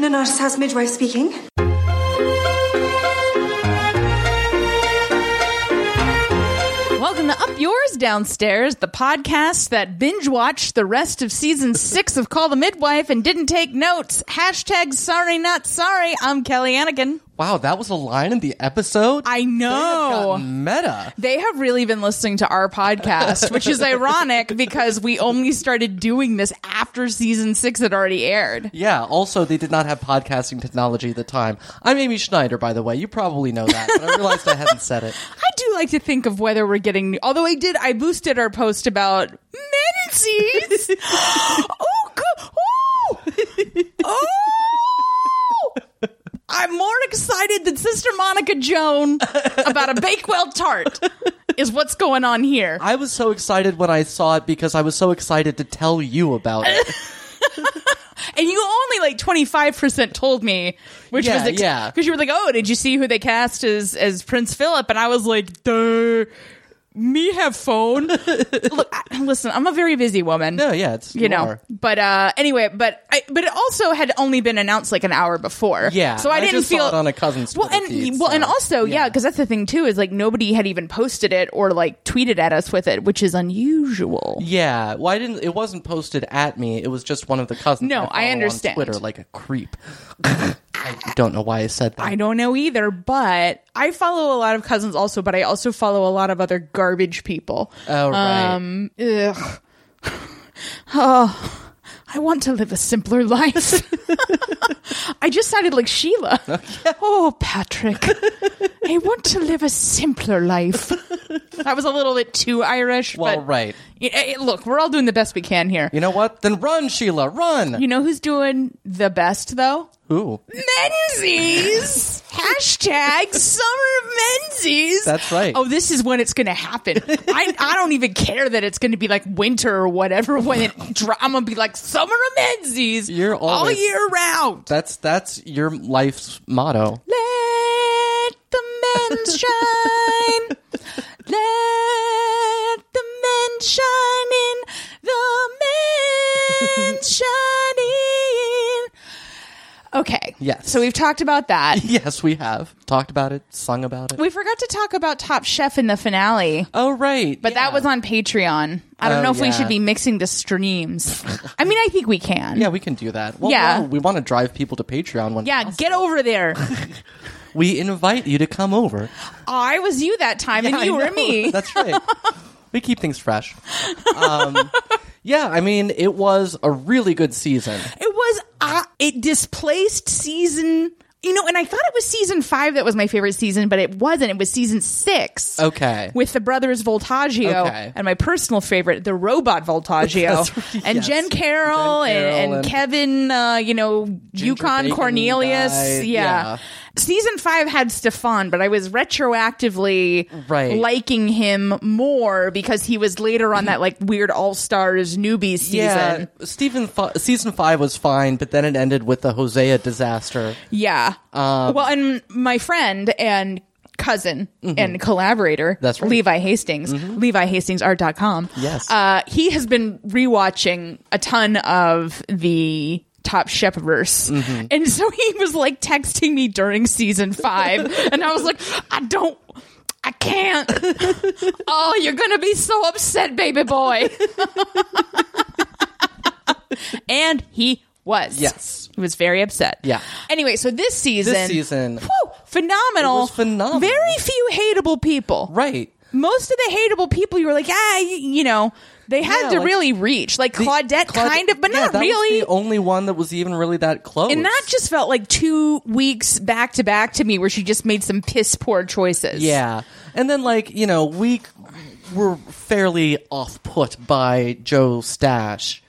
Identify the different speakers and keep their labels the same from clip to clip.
Speaker 1: Nana's house midwife speaking.
Speaker 2: Welcome to Up Yours Downstairs, the podcast that binge watched the rest of season six of Call the Midwife and didn't take notes. Hashtag sorry, not sorry. I'm Kelly Anakin.
Speaker 3: Wow, that was a line in the episode.
Speaker 2: I know.
Speaker 3: Meta.
Speaker 2: They have really been listening to our podcast, which is ironic because we only started doing this after season six had already aired.
Speaker 3: Yeah. Also, they did not have podcasting technology at the time. I'm Amy Schneider, by the way. You probably know that, but I realized I hadn't said it.
Speaker 2: I do like to think of whether we're getting. Although I did, I boosted our post about menses. oh, go- oh, oh! I'm more excited than Sister Monica Joan about a Bakewell tart. Is what's going on here?
Speaker 3: I was so excited when I saw it because I was so excited to tell you about it.
Speaker 2: And you only like 25% told me, which
Speaker 3: Yeah,
Speaker 2: was ex-
Speaker 3: yeah.
Speaker 2: Because you were like, oh, did you see who they cast as, as Prince Philip? And I was like, duh, me have phone. Look, I, listen, I'm a very busy woman.
Speaker 3: No, yeah, it's
Speaker 2: you know,
Speaker 3: are.
Speaker 2: but uh, anyway, but I, but it also had only been announced like an hour before,
Speaker 3: Yeah,
Speaker 2: So I
Speaker 3: I
Speaker 2: didn't
Speaker 3: just saw
Speaker 2: feel
Speaker 3: it on a cousin's
Speaker 2: Well,
Speaker 3: Twitter
Speaker 2: and
Speaker 3: feed,
Speaker 2: well,
Speaker 3: so,
Speaker 2: and also, yeah,
Speaker 3: yeah.
Speaker 2: because that's the thing too is like nobody had even posted it or like tweeted at us with it, which is unusual.
Speaker 3: Yeah, well, I didn't. It wasn't posted at me. It was just one of the cousins.
Speaker 2: No,
Speaker 3: follow
Speaker 2: I
Speaker 3: on
Speaker 2: understand.
Speaker 3: Twitter like a creep. I don't know why I said that.
Speaker 2: I don't know either, but I follow a lot of cousins also, but I also follow a lot of other garbage people.
Speaker 3: oh right.
Speaker 2: Um, ugh. oh, I want to live a simpler life. I just sounded like Sheila. Oh, Patrick, I want to live a simpler life. That was a little bit too Irish.
Speaker 3: well,
Speaker 2: but
Speaker 3: right.
Speaker 2: Y- eh, look, we're all doing the best we can here.
Speaker 3: You know what? Then run, Sheila, run.
Speaker 2: You know who's doing the best though?
Speaker 3: Ooh,
Speaker 2: Menzies. Hashtag summer Menzies.
Speaker 3: That's right.
Speaker 2: Oh, this is when it's going to happen. I, I don't even care that it's going to be like winter or whatever. When it, dro- I'm going to be like summer Menzies.
Speaker 3: You're
Speaker 2: all
Speaker 3: always-
Speaker 2: year round.
Speaker 3: that's that's your life's motto.
Speaker 2: Let the men shine. Let the men shine in. The men shine in. Okay.
Speaker 3: Yes.
Speaker 2: So we've talked about that.
Speaker 3: Yes, we have talked about it, sung about it.
Speaker 2: We forgot to talk about Top Chef in the finale,
Speaker 3: oh right,
Speaker 2: but that was on Patreon. I don't
Speaker 3: Oh,
Speaker 2: know if we
Speaker 3: yeah.
Speaker 2: should be mixing the streams. I mean, I think we can.
Speaker 3: Yeah, we can do that. Well,
Speaker 2: Yeah.
Speaker 3: no, we want to drive people to Patreon when
Speaker 2: Yeah, get over there.
Speaker 3: we invite you to come over.
Speaker 2: I was you that time,
Speaker 3: Yeah,
Speaker 2: and you
Speaker 3: I
Speaker 2: were
Speaker 3: know.
Speaker 2: me.
Speaker 3: That's right. we keep things fresh. Um, yeah, I mean, it was a really good season.
Speaker 2: It was uh, it displaced season, you know, and I thought it was season five that was my favorite season, but it wasn't. It was season six.
Speaker 3: Okay.
Speaker 2: With the brothers Voltaggio
Speaker 3: Okay.
Speaker 2: and my personal favorite, the robot Voltaggio,
Speaker 3: That's-
Speaker 2: and
Speaker 3: yes.
Speaker 2: Jen Carroll,
Speaker 3: Jen Carroll
Speaker 2: and, and
Speaker 3: and-
Speaker 2: Kevin, uh, you know, Yukon
Speaker 3: Bacon
Speaker 2: Cornelius.
Speaker 3: guy,
Speaker 2: yeah.
Speaker 3: yeah.
Speaker 2: Season five had Stefan, but I was retroactively
Speaker 3: Right.
Speaker 2: liking him more because he was later on that like weird All Stars newbie season.
Speaker 3: Yeah, Stephen. Fi- season five was fine, but then it ended with the Hosea disaster.
Speaker 2: Yeah.
Speaker 3: Um,
Speaker 2: well, and my friend and cousin and collaborator,
Speaker 3: Mm-hmm. That's right. Mm-hmm.
Speaker 2: Levi Hastings, levihastingsart.com.
Speaker 3: Yes.
Speaker 2: Uh, he has been rewatching a ton of the Top Chef verse.
Speaker 3: Mm-hmm.
Speaker 2: And so he was like texting me during season five. and I was like, I don't. I can't. oh, you're going to be so upset, baby boy. and he was.
Speaker 3: Yes.
Speaker 2: He was very upset.
Speaker 3: Yeah.
Speaker 2: Anyway, so this season,
Speaker 3: This season,
Speaker 2: whew, phenomenal,
Speaker 3: It was phenomenal.
Speaker 2: Very few hateable people.
Speaker 3: right?
Speaker 2: Most of the hateable people, you were like, ah, you, you know, they had
Speaker 3: Yeah,
Speaker 2: to
Speaker 3: like-
Speaker 2: really reach, like
Speaker 3: The-
Speaker 2: Claudette,
Speaker 3: Claude-
Speaker 2: kind of, but
Speaker 3: yeah,
Speaker 2: not
Speaker 3: that was
Speaker 2: really.
Speaker 3: the only one that was even really that close.
Speaker 2: and that just felt like two weeks back to back to me, where she just made some piss poor choices.
Speaker 3: Yeah. And then, like, you know, we were fairly off put by Joe Stash.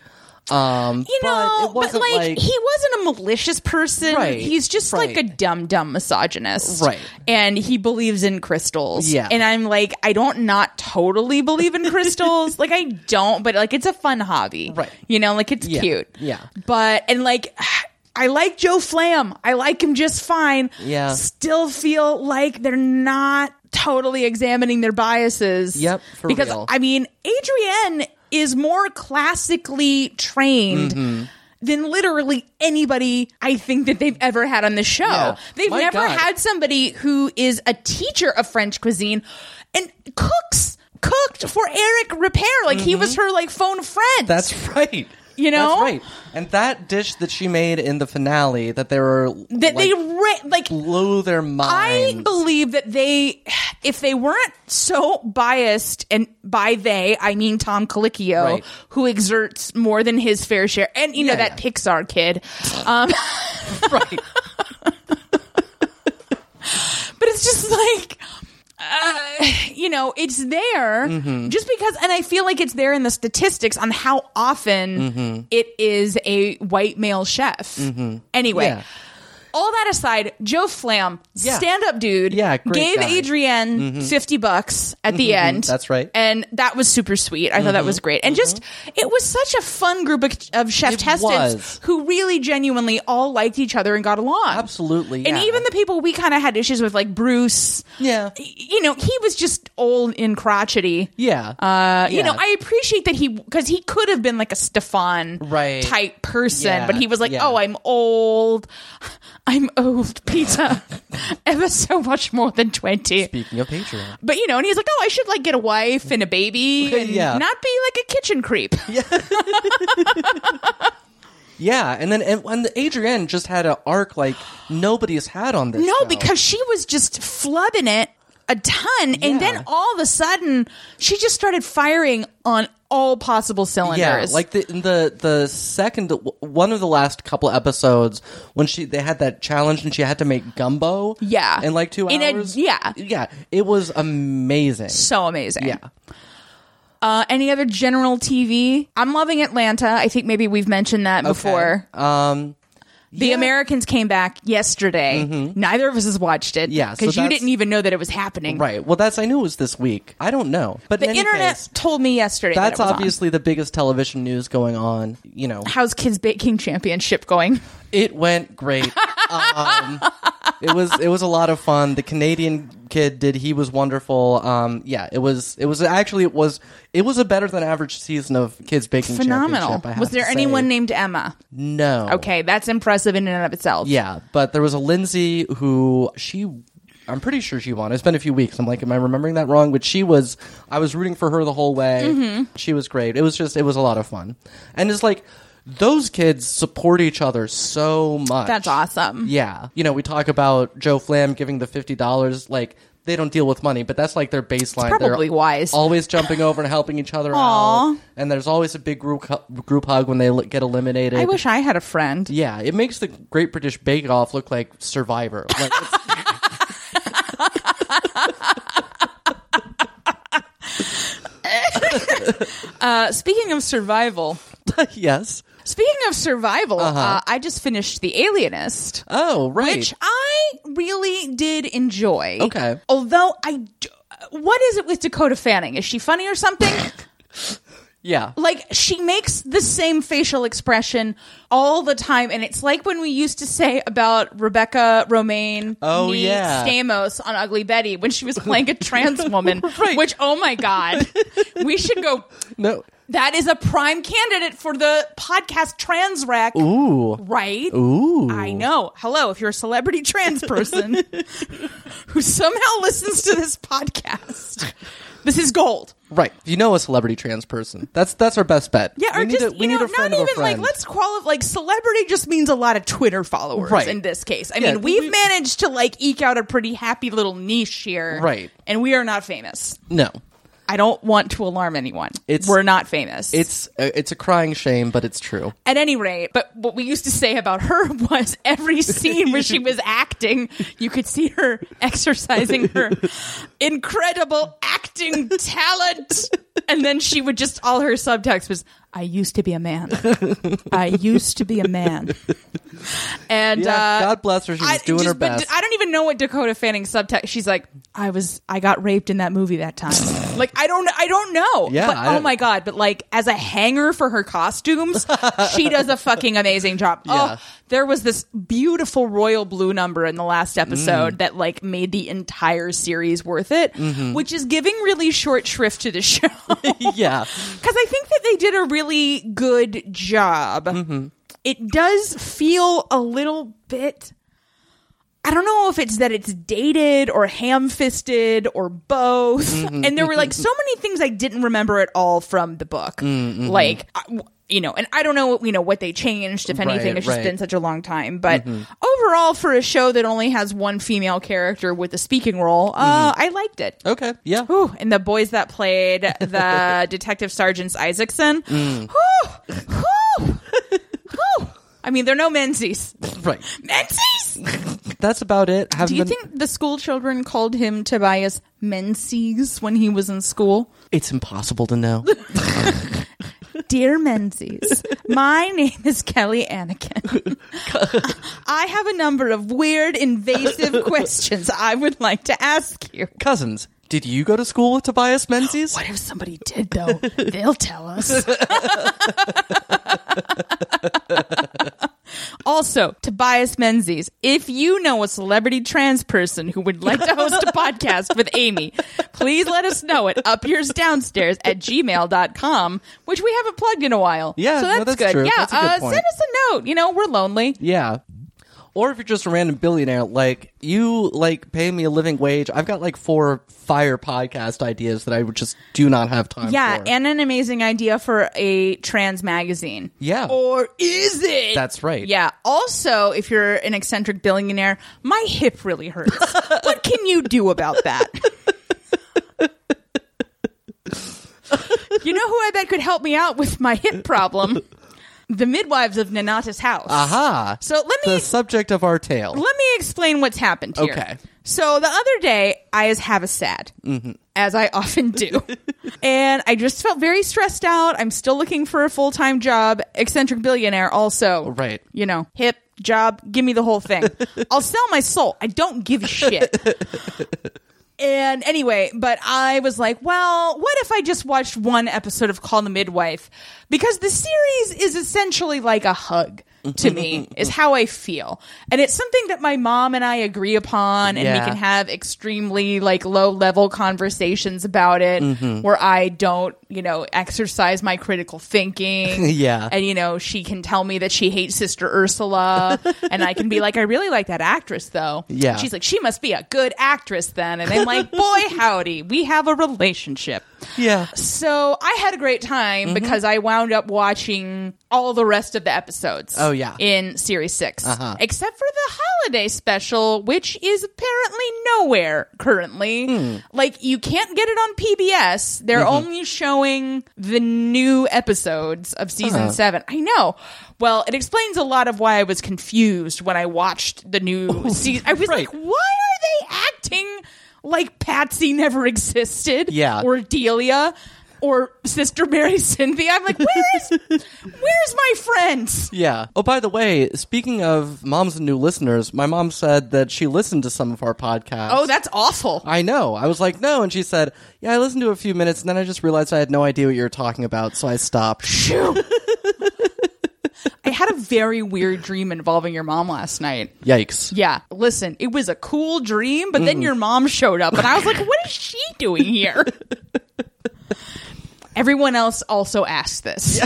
Speaker 3: Um,
Speaker 2: You
Speaker 3: but
Speaker 2: know,
Speaker 3: it wasn't
Speaker 2: like,
Speaker 3: like,
Speaker 2: he wasn't a malicious person.
Speaker 3: Right,
Speaker 2: He's just like a
Speaker 3: right.
Speaker 2: dumb, dumb misogynist.
Speaker 3: Right.
Speaker 2: And he believes in crystals.
Speaker 3: Yeah.
Speaker 2: And I'm like, I don't not totally believe in crystals. like I don't, but like it's a fun hobby.
Speaker 3: Right.
Speaker 2: You know, like it's
Speaker 3: Yeah,
Speaker 2: cute.
Speaker 3: yeah.
Speaker 2: But and like I like Joe Flam. I like him just fine.
Speaker 3: Yeah.
Speaker 2: Still feel like they're not totally examining their biases.
Speaker 3: Yep, for
Speaker 2: because
Speaker 3: real. Mm-hmm.
Speaker 2: I mean, Adrienne is more classically trained than literally anybody I think that they've ever had on the show.
Speaker 3: Yeah.
Speaker 2: They've
Speaker 3: My
Speaker 2: never
Speaker 3: God.
Speaker 2: had somebody who is a teacher of French cuisine and cooks cooked for Eric Repair like he was her like phone friend.
Speaker 3: Mm-hmm. That's right.
Speaker 2: You know?
Speaker 3: That's right. And that dish that she made in the finale that they were
Speaker 2: that they
Speaker 3: like,
Speaker 2: ra- like
Speaker 3: blew their mind.
Speaker 2: I believe that they, if they weren't so biased, and by they I mean Tom Colicchio,
Speaker 3: Right.
Speaker 2: who exerts more than his fair share, and you know
Speaker 3: Yeah,
Speaker 2: that Pixar kid. Um,
Speaker 3: right.
Speaker 2: but it's just like. Uh, you know, it's there
Speaker 3: Mm-hmm.
Speaker 2: just because, and I feel like it's there in the statistics on how often
Speaker 3: Mm-hmm.
Speaker 2: it is a white male chef. Anyway,
Speaker 3: Yeah.
Speaker 2: all that aside, Joe Flam,
Speaker 3: Yeah.
Speaker 2: stand up dude,
Speaker 3: Yeah, great
Speaker 2: gave
Speaker 3: guy. Mm-hmm.
Speaker 2: Adrienne 50 bucks at the end.
Speaker 3: That's right. Mm-hmm.
Speaker 2: And that was super sweet. I thought that was great. And just, it was such a fun group of, of chef
Speaker 3: It
Speaker 2: testants
Speaker 3: was.
Speaker 2: who really genuinely all liked each other and got along.
Speaker 3: Absolutely,
Speaker 2: And
Speaker 3: yeah.
Speaker 2: even the people we kind of had issues with, like Bruce.
Speaker 3: Yeah.
Speaker 2: y- You know, he was just old and crotchety.
Speaker 3: Yeah.
Speaker 2: Uh, you
Speaker 3: Yeah.
Speaker 2: know, I appreciate that he because he could have been like a Stefan
Speaker 3: Right.
Speaker 2: type person,
Speaker 3: Yeah,
Speaker 2: but he was like,
Speaker 3: yeah.
Speaker 2: "Oh, I'm old. I'm old, Peter. Ever so much more than twenty.
Speaker 3: Speaking of Patreon.
Speaker 2: But you know, and he's like, "Oh, I should like get a wife and a baby, and
Speaker 3: Yeah.
Speaker 2: not be like a kitchen creep."
Speaker 3: Yeah, and then and, and Adrienne just had an arc like nobody's had on this.
Speaker 2: No,
Speaker 3: show.
Speaker 2: because she was just flubbing it a ton, and
Speaker 3: Yeah.
Speaker 2: then all of a sudden, she just started firing on all possible cylinders.
Speaker 3: yeah, like the in the the second one of the last couple episodes when she they had that challenge and she had to make gumbo.
Speaker 2: Yeah.
Speaker 3: in like two
Speaker 2: In a-
Speaker 3: hours.
Speaker 2: yeah.
Speaker 3: yeah, it was amazing.
Speaker 2: so amazing.
Speaker 3: Yeah,
Speaker 2: Uh, any other general TV? I'm loving Atlanta. I think maybe we've mentioned that before.
Speaker 3: Okay. um,
Speaker 2: The
Speaker 3: yeah. Mm-hmm.
Speaker 2: Americans came back yesterday. Neither of us has watched it.
Speaker 3: Yeah, so
Speaker 2: because you
Speaker 3: that's-
Speaker 2: didn't even know that it was happening.
Speaker 3: right. Well, that's I knew it was this week. I don't know, but
Speaker 2: The
Speaker 3: in any
Speaker 2: internet
Speaker 3: case,
Speaker 2: told me yesterday. that
Speaker 3: that's
Speaker 2: it was on.
Speaker 3: obviously the biggest television news going on. You know,
Speaker 2: How's Kids Baking Championship going?
Speaker 3: It went great. um, it was it was a lot of fun. The Canadian kid did he was wonderful. Um, yeah, it was it was actually it was it was a better than average season of kids baking
Speaker 2: Phenomenal.
Speaker 3: championship. I have
Speaker 2: Was there
Speaker 3: to
Speaker 2: anyone
Speaker 3: say.
Speaker 2: named Emma?
Speaker 3: No.
Speaker 2: Okay, that's impressive in and of itself.
Speaker 3: Yeah, but there was a Lindsay who she. I'm pretty sure she won. It's been a few weeks. I'm like, am I remembering that wrong? But she was, I was rooting for her the whole way.
Speaker 2: Mm-hmm.
Speaker 3: She was great. It was just, it was a lot of fun. And it's like, those kids support each other so much.
Speaker 2: That's awesome.
Speaker 3: Yeah. You know, we talk about Joe Flam giving the $50, like, they don't deal with money, but that's like their baseline.
Speaker 2: probably
Speaker 3: They're
Speaker 2: wise.
Speaker 3: Always jumping over and helping each other
Speaker 2: Aw.
Speaker 3: out. And there's always a big group hu- group hug when they l- get eliminated.
Speaker 2: I wish I had a friend.
Speaker 3: Yeah, it makes the Great British Bake Off look like Survivor. Like, it's-
Speaker 2: Uh, speaking of survival,
Speaker 3: yes.
Speaker 2: speaking of survival,
Speaker 3: Uh-huh.
Speaker 2: uh, I just finished The Alienist.
Speaker 3: Oh, right.
Speaker 2: which I really did enjoy.
Speaker 3: Okay.
Speaker 2: Although I, d- what is it with Dakota Fanning? Is she funny or something?
Speaker 3: yeah.
Speaker 2: like she makes the same facial expression all the time, and it's like when we used to say about Rebecca Romaine,
Speaker 3: Oh,
Speaker 2: Nee
Speaker 3: yeah.
Speaker 2: Stamos on Ugly Betty when she was playing a trans woman.
Speaker 3: Right.
Speaker 2: Which, oh my god, we should go.
Speaker 3: No.
Speaker 2: That is a prime candidate for the podcast Trans Rack,
Speaker 3: Ooh.
Speaker 2: right?
Speaker 3: Ooh.
Speaker 2: I know. Hello, if you're a celebrity trans person who somehow listens to this podcast, this is gold.
Speaker 3: Right. If you know a celebrity trans person, that's that's our best bet.
Speaker 2: Yeah,
Speaker 3: we
Speaker 2: or
Speaker 3: need
Speaker 2: just
Speaker 3: a, we
Speaker 2: you
Speaker 3: need
Speaker 2: know,
Speaker 3: a friend
Speaker 2: not
Speaker 3: of a
Speaker 2: even like
Speaker 3: friend.
Speaker 2: let's qualify. Like celebrity just means a lot of Twitter followers
Speaker 3: Right.
Speaker 2: in this case. I
Speaker 3: Yeah,
Speaker 2: mean, we've
Speaker 3: we-
Speaker 2: managed to like eke out a pretty happy little niche here,
Speaker 3: Right.
Speaker 2: And we are not famous.
Speaker 3: no.
Speaker 2: I don't want to alarm anyone.
Speaker 3: It's-
Speaker 2: We're not famous.
Speaker 3: It's uh, it's a crying shame, but it's true.
Speaker 2: At any rate, but what we used to say about her was every scene where she was acting, you could see her exercising her incredible acting talent. And then she would just, all her subtext was, I used to be a man. I used to be a man. And,
Speaker 3: Yeah,
Speaker 2: uh,
Speaker 3: God bless her. She was doing her
Speaker 2: but
Speaker 3: best.
Speaker 2: I don't even know what Dakota Fanning subtext. She's like, I was, I got raped in that movie that time. like, I don't, I don't know.
Speaker 3: Yeah,
Speaker 2: But,
Speaker 3: I-
Speaker 2: oh my god! But like, as a hanger for her costumes, she does a fucking amazing job.
Speaker 3: Yeah.
Speaker 2: Oh, there was this beautiful royal blue number in the last
Speaker 3: Mm.
Speaker 2: episode that like made the entire series worth it,
Speaker 3: Mm-hmm.
Speaker 2: which is giving really short shrift to the show because
Speaker 3: yeah. Mm-hmm.
Speaker 2: I think that they did a really good job. it does feel a little bit. I don't know if it's that it's dated or ham fisted or both.
Speaker 3: Mm-hmm.
Speaker 2: And there were like so many things I didn't remember at all from the book.
Speaker 3: Mm-hmm.
Speaker 2: Like, I- w- you know, and I don't know, you know, what they changed, if anything.
Speaker 3: Right,
Speaker 2: it's just
Speaker 3: right. Mm-hmm.
Speaker 2: been such a long time. But overall, for a show that only has one female character with a speaking role, uh,
Speaker 3: Mm-hmm.
Speaker 2: I liked it.
Speaker 3: Okay. Yeah.
Speaker 2: Whew, and the boys that played the detective sergeants Isaacson. Whew, whew, whew. I mean, they're no Menzies.
Speaker 3: Right.
Speaker 2: Menzies.
Speaker 3: That's about it. Haven't
Speaker 2: Do you
Speaker 3: been-
Speaker 2: think the school children called him Tobias Menzies when he was in school?
Speaker 3: it's impossible to know?
Speaker 2: Dear Menzies, my name is Kelly Anakin. I have a number of weird, invasive questions I would like to ask you.
Speaker 3: Cousins, did you go to school with Tobias Menzies?
Speaker 2: What if somebody did though? They'll tell us. also, Tobias Menzies, if you know a celebrity trans person who would like to host a podcast with Amy, please let us know at upyoursdownstairs at gmail.com, which we haven't plugged in a while.
Speaker 3: Yeah,
Speaker 2: so
Speaker 3: no,
Speaker 2: that's,
Speaker 3: that's
Speaker 2: good.
Speaker 3: true.
Speaker 2: Yeah,
Speaker 3: That's a good
Speaker 2: uh,
Speaker 3: point.
Speaker 2: send us a note. You know, we're lonely.
Speaker 3: Yeah. Or if you're just a random billionaire, like you like pay me a living wage. I've got like four fire podcast ideas that I would just do not have time
Speaker 2: Yeah,
Speaker 3: for.
Speaker 2: and an amazing idea for a trans magazine.
Speaker 3: Yeah.
Speaker 2: Or is it?
Speaker 3: That's right.
Speaker 2: Yeah. Also, if you're an eccentric billionaire, my hip really hurts. what can you do about that? you know who I bet could help me out with my hip problem? The midwives of Nanata's house.
Speaker 3: Aha.
Speaker 2: So let me
Speaker 3: the subject of our tale.
Speaker 2: let me explain what's happened here.
Speaker 3: Okay. Mm-hmm.
Speaker 2: So the other day, I as have a sad, as I often do, and I just felt very stressed out. I'm still looking for a full time job, eccentric billionaire, also.
Speaker 3: Right.
Speaker 2: You know, hip job. Give me the whole thing. I'll sell my soul. I don't give a shit. And anyway, but I was like, well, what if I just watched one episode of Call the Midwife? Because the series is essentially like a hug to me, is how I feel. And it's something that my mom and I agree upon, and we
Speaker 3: Yeah.
Speaker 2: can have extremely like low level conversations about it
Speaker 3: Mm-hmm.
Speaker 2: where I don't, you know, exercise my critical thinking.
Speaker 3: Yeah.
Speaker 2: And, you know, she can tell me that she hates Sister Ursula. and I can be like, I really like that actress, though.
Speaker 3: Yeah.
Speaker 2: She's like, like, she must be a good actress then. And I'm like, boy, howdy, we have a relationship.
Speaker 3: yeah.
Speaker 2: So I had a great time
Speaker 3: Mm-hmm.
Speaker 2: because I wound up watching all the rest of the episodes.
Speaker 3: Oh, yeah. Uh-huh.
Speaker 2: In series 6 except for the holiday special, which is apparently nowhere currently.
Speaker 3: Hmm.
Speaker 2: Like, you can't get it on PBS. They're
Speaker 3: Mm-hmm.
Speaker 2: only showing the new episodes of season
Speaker 3: Huh.
Speaker 2: seven. I know. Well, it explains a lot of why I was confused when I watched the new season. I was like,
Speaker 3: Oh, right.
Speaker 2: why are they acting like Patsy never existed?
Speaker 3: Yeah.
Speaker 2: Or Delia or Sister Mary Cynthia. I'm like, where is where's my friends?
Speaker 3: Yeah. Oh, by the way, speaking of moms and new listeners, my mom said that she listened to some of our podcasts.
Speaker 2: Oh, that's awful.
Speaker 3: I know. I was like, no. And she said, yeah, I listened to a few minutes and then I just realized I had no idea what you were talking about. So I stopped.
Speaker 2: Phew. I had a very weird dream involving your mom last night.
Speaker 3: Yikes.
Speaker 2: Yeah, listen, it was a cool dream, but then your mom showed up, and I was like, what is she doing here? Everyone else also asked this.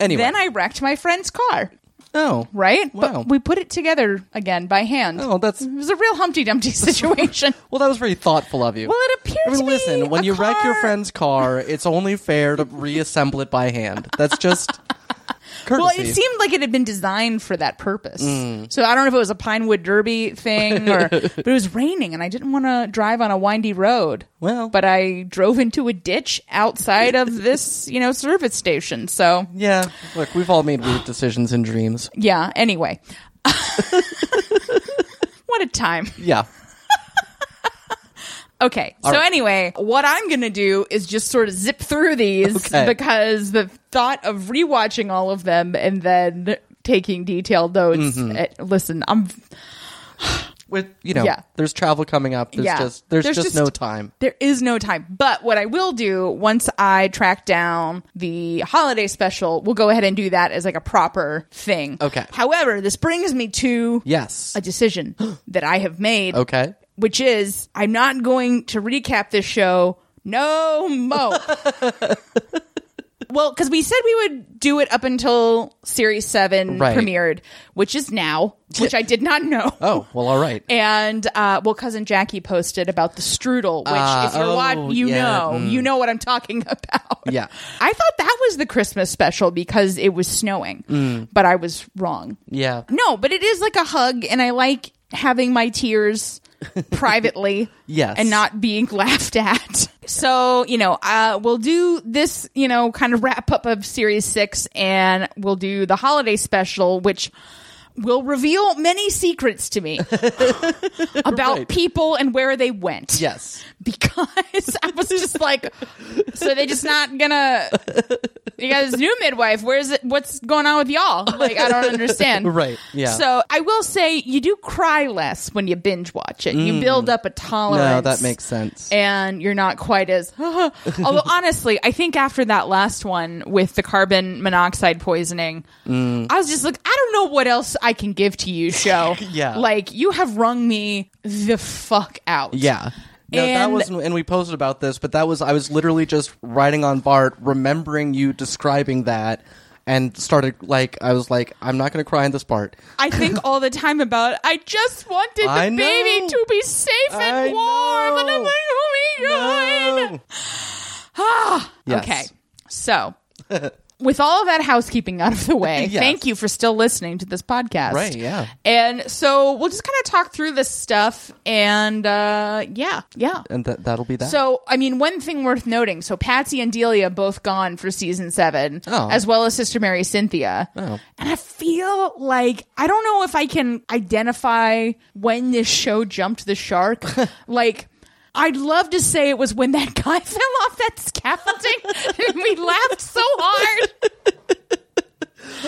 Speaker 3: Anyway.
Speaker 2: Then I wrecked my friend's car,
Speaker 3: oh.
Speaker 2: right?
Speaker 3: Wow.
Speaker 2: But we put it together again by hand.
Speaker 3: Oh, that's
Speaker 2: It was a real Humpty Dumpty situation.
Speaker 3: Well, that was very thoughtful of you.
Speaker 2: Well, it appeared to
Speaker 3: Everyone,
Speaker 2: be
Speaker 3: listen, when
Speaker 2: a
Speaker 3: you wreck your
Speaker 2: car-
Speaker 3: friend's car, it's only fair to reassemble it by hand. That's just courtesy. Mm.
Speaker 2: well, it seemed like it had been designed for that purpose. So I don't know if it was a Pinewood Derby thing or but it was raining and I didn't want to drive on a windy road.
Speaker 3: Well.
Speaker 2: but I drove into a ditch outside of this, you know, service station. So,
Speaker 3: yeah. Look, we've all made weird decisions in dreams.
Speaker 2: yeah, anyway. what a time.
Speaker 3: Yeah.
Speaker 2: Okay. so
Speaker 3: right.
Speaker 2: anyway, what I'm going to do is just sort of zip through these
Speaker 3: Okay.
Speaker 2: because the thought of rewatching all of them and then taking detailed notes.
Speaker 3: Mm-hmm.
Speaker 2: eh, listen, I'm
Speaker 3: With you know,
Speaker 2: Yeah.
Speaker 3: there's travel coming up. There's
Speaker 2: Yeah.
Speaker 3: just there's,
Speaker 2: There's
Speaker 3: just,
Speaker 2: just-
Speaker 3: no time.
Speaker 2: there is no time. But what I will do once I track down the holiday special, we'll go ahead and do that as like a proper thing.
Speaker 3: Okay.
Speaker 2: However, this brings me to
Speaker 3: Yes.
Speaker 2: a decision that I have made.
Speaker 3: Okay.
Speaker 2: which is I'm not going to recap this show no mo. well, because we said we would do it up until series seven
Speaker 3: Right.
Speaker 2: premiered, which is now, which I did not know.
Speaker 3: Oh, well, all right.
Speaker 2: And uh, well, cousin Jackie posted about the strudel, which
Speaker 3: Ah,
Speaker 2: if you're what
Speaker 3: oh,
Speaker 2: you
Speaker 3: yeah,
Speaker 2: know,
Speaker 3: mm.
Speaker 2: you know what I'm talking about.
Speaker 3: Yeah.
Speaker 2: I thought that was the Christmas special because it was snowing,
Speaker 3: Mm.
Speaker 2: but I was wrong.
Speaker 3: Yeah.
Speaker 2: No, but it is like a hug, and I like having my tears privately,
Speaker 3: Yes.
Speaker 2: and not being laughed at. So you know, uh, we'll do this, you know, kind of wrap up of series six, and we'll do the holiday special, which will reveal many secrets to me about
Speaker 3: Right.
Speaker 2: people and where they went
Speaker 3: Yes.
Speaker 2: because I was just like, so they just not gonna. You got this new midwife. Where's it? What's going on with y'all? Like, I don't understand.
Speaker 3: Right, yeah.
Speaker 2: So I will say, you do cry less when you binge watch it. You build up a tolerance.
Speaker 3: Mm. No, that makes sense.
Speaker 2: And you're not quite as. Although honestly, I think after that last one with the carbon monoxide poisoning,
Speaker 3: Mm.
Speaker 2: I was just like, I don't know what else I can give to you, show.
Speaker 3: Yeah.
Speaker 2: Like you have wrung me the fuck out.
Speaker 3: Yeah. No, that
Speaker 2: And-
Speaker 3: was, and we posted about this, but that was, I was literally just writing on Bart, remembering you describing that, and started, like, I was like, I'm not going to cry in this part.
Speaker 2: I think all the time about I just wanted the
Speaker 3: I know.
Speaker 2: baby to be safe and
Speaker 3: I
Speaker 2: warm. And I'm
Speaker 3: know.
Speaker 2: like, oh my god.
Speaker 3: No. Yes.
Speaker 2: Ah, Okay. So with all of that housekeeping out of the way,
Speaker 3: Yes.
Speaker 2: thank you for still listening to this podcast.
Speaker 3: Right, yeah.
Speaker 2: And so we'll just kind of talk through this stuff and uh yeah, yeah.
Speaker 3: And that that'll be that.
Speaker 2: So, I mean, one thing worth noting. So, Patsy and Delia both gone for season seven,
Speaker 3: Oh.
Speaker 2: as well as Sister Mary Cynthia.
Speaker 3: Oh.
Speaker 2: And I feel like I don't know if I can identify when this show jumped the shark. like, I'd love to say it was when that guy fell off that scaffolding and we laughed so hard.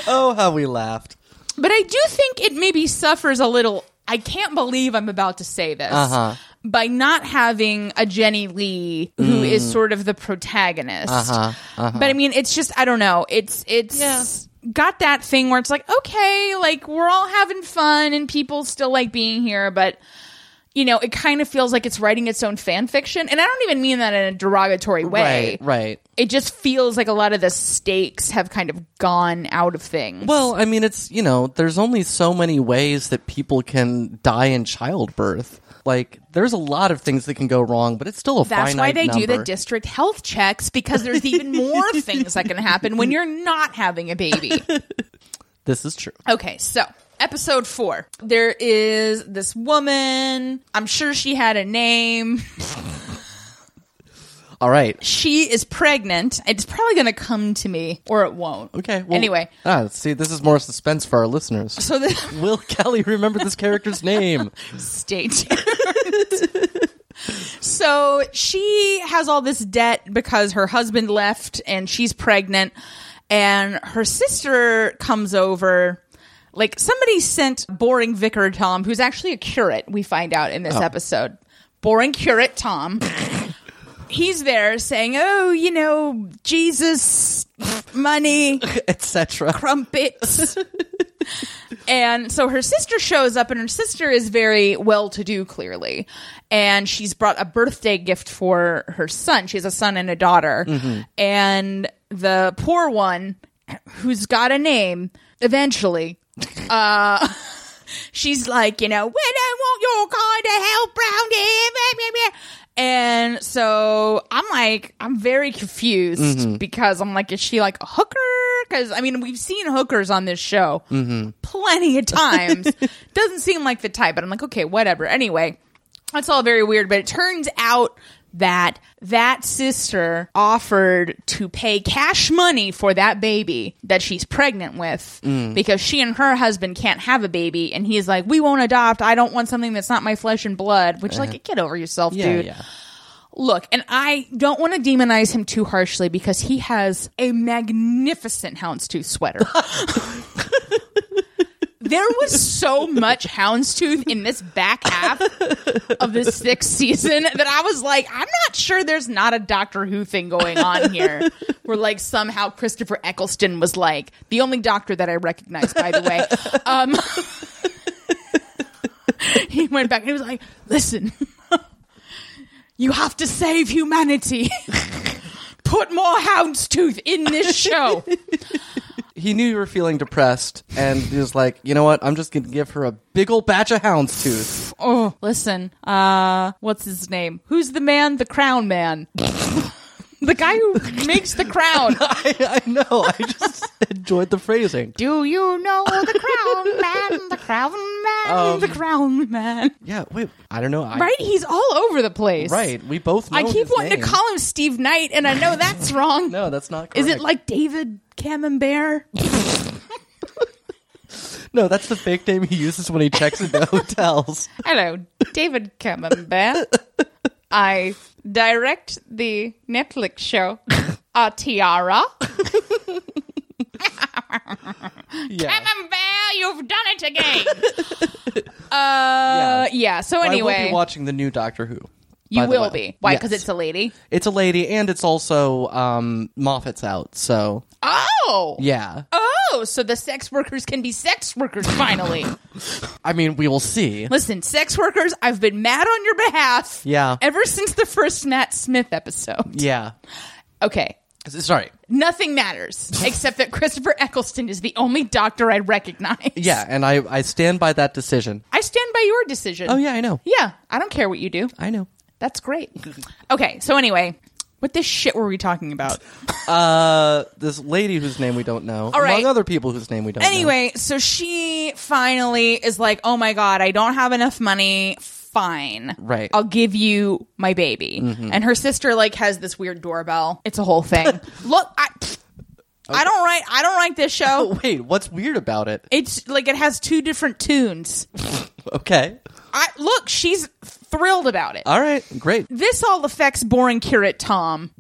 Speaker 3: oh, how we laughed.
Speaker 2: But I do think it maybe suffers a little. I can't believe I'm about to say this.
Speaker 3: Uh-huh.
Speaker 2: By not having a Jenny Lee who is sort of the protagonist.
Speaker 3: Mm. Uh-huh,
Speaker 2: But I mean, it's just, I don't know. It's, it's. Got that thing where it's like, okay, like we're all having fun and people still like being here, but you know, it kind of feels like it's writing its own fan fiction. And I don't even mean that in a derogatory way.
Speaker 3: Right, right.
Speaker 2: It just feels like a lot of the stakes have kind of gone out of things.
Speaker 3: Well, I mean, it's, you know, there's only so many ways that people can die in childbirth. Like, there's a lot of things that can go wrong, but it's still a
Speaker 2: That's why
Speaker 3: finite
Speaker 2: they do the
Speaker 3: number.
Speaker 2: district health checks because there's even more things that can happen when you're not having a baby.
Speaker 3: This is true.
Speaker 2: Okay, so episode four. There is this woman. I'm sure she had a name.
Speaker 3: All right.
Speaker 2: She is pregnant. It's probably going to come to me or it won't.
Speaker 3: Okay. Well,
Speaker 2: Anyway,
Speaker 3: Ah, see, this is more suspense for our listeners.
Speaker 2: so the.
Speaker 3: Will Kelly remember this character's name?
Speaker 2: stay tuned. so she has all this debt because her husband left and she's pregnant and her sister comes over like somebody sent boring vicar tom who's actually a curate we find out in this episode boring curate tom he's there saying oh you know jesus money
Speaker 3: Etc.
Speaker 2: crumpets. and so her sister shows up, and her sister is very well to do, clearly. And she's brought a birthday gift for her son. She has a son and a daughter. And the poor one, who's got a name, eventually. Uh, She's like, you know, we don't want your kind of help round here. blah, blah, blah." And so I'm like, I'm very confused because I'm like, is she like a hooker? Because I mean, we've seen hookers on this show plenty of times. Doesn't seem like the type, but I'm like, okay, whatever. Anyway, that's all very weird, but it turns out that that sister offered to pay cash money for that baby that she's pregnant with
Speaker 3: Mm.
Speaker 2: because she and her husband can't have a baby and he's like we won't adopt i don't want something that's not my flesh and blood which like get over yourself
Speaker 3: Uh-huh. Yeah,
Speaker 2: dude
Speaker 3: yeah.
Speaker 2: look and i don't want to demonize him too harshly because he has a magnificent houndstooth sweater there was so much houndstooth in this back half of the sixth season that I was like, I'm not sure there's not a Doctor Who thing going on here. Where like somehow Christopher Eccleston was like the only doctor that I recognize, by the way. Um, he went back and he was like, Listen, you have to save humanity. put more houndstooth in this show.
Speaker 3: He knew you were feeling depressed, and he was like, you know what? I'm just going to give her a big old batch of houndstooth.
Speaker 2: oh, listen. Uh, what's his name? Who's the man? The crown man. the guy who makes the crown.
Speaker 3: I, I know. I just enjoyed the phrasing.
Speaker 2: Do you know the crown man? The crown man. Oh. the crown man.
Speaker 3: Yeah, wait. I don't know. I,
Speaker 2: Right? He's all over the place.
Speaker 3: Right. We both know
Speaker 2: I keep
Speaker 3: his
Speaker 2: wanting
Speaker 3: name.
Speaker 2: to call him Steve Knight, and I know that's wrong.
Speaker 3: No, that's not correct.
Speaker 2: Is it like David Camembert?
Speaker 3: No, that's the fake name he uses when he checks into hotels.
Speaker 2: Hello, David Camembert. I direct the Netflix show A Tiara.
Speaker 3: Yeah.
Speaker 2: Camembert, you've done it again. uh, yeah. So
Speaker 3: I will
Speaker 2: anyway,
Speaker 3: be watching the new Doctor Who. by
Speaker 2: you
Speaker 3: the
Speaker 2: will
Speaker 3: way.
Speaker 2: be. Why? Because
Speaker 3: Yes.
Speaker 2: it's a lady.
Speaker 3: It's a lady, and it's also um, Moffat's out. So
Speaker 2: Oh.
Speaker 3: yeah,
Speaker 2: Oh, so the sex workers can be sex workers finally.
Speaker 3: I mean, we will see.
Speaker 2: Listen, sex workers, I've been mad on your behalf.
Speaker 3: Yeah.
Speaker 2: Ever since the first Matt Smith episode.
Speaker 3: Yeah.
Speaker 2: Okay.
Speaker 3: S- Sorry.
Speaker 2: Nothing matters except that Christopher Eccleston is the only doctor I recognize.
Speaker 3: Yeah, and I I stand by that decision.
Speaker 2: I stand by your decision.
Speaker 3: Oh yeah, I know.
Speaker 2: Yeah. I don't care what you do.
Speaker 3: I know.
Speaker 2: That's great. Okay. So, anyway, what this shit were we talking about?
Speaker 3: Uh, this lady whose name we don't know,
Speaker 2: right.
Speaker 3: among other people whose name we don't know.
Speaker 2: Anyway, so she finally is like, "Oh my god, I don't have enough money." Fine.
Speaker 3: Right.
Speaker 2: I'll give you my baby. And her sister like has this weird doorbell. It's a whole thing. Look, I I don't write I don't write this show.
Speaker 3: Oh wait, what's weird about it?
Speaker 2: It's like it has two different tunes.
Speaker 3: Okay.
Speaker 2: I look, she's thrilled about it.
Speaker 3: All right. Great.
Speaker 2: this all affects boring curate Tom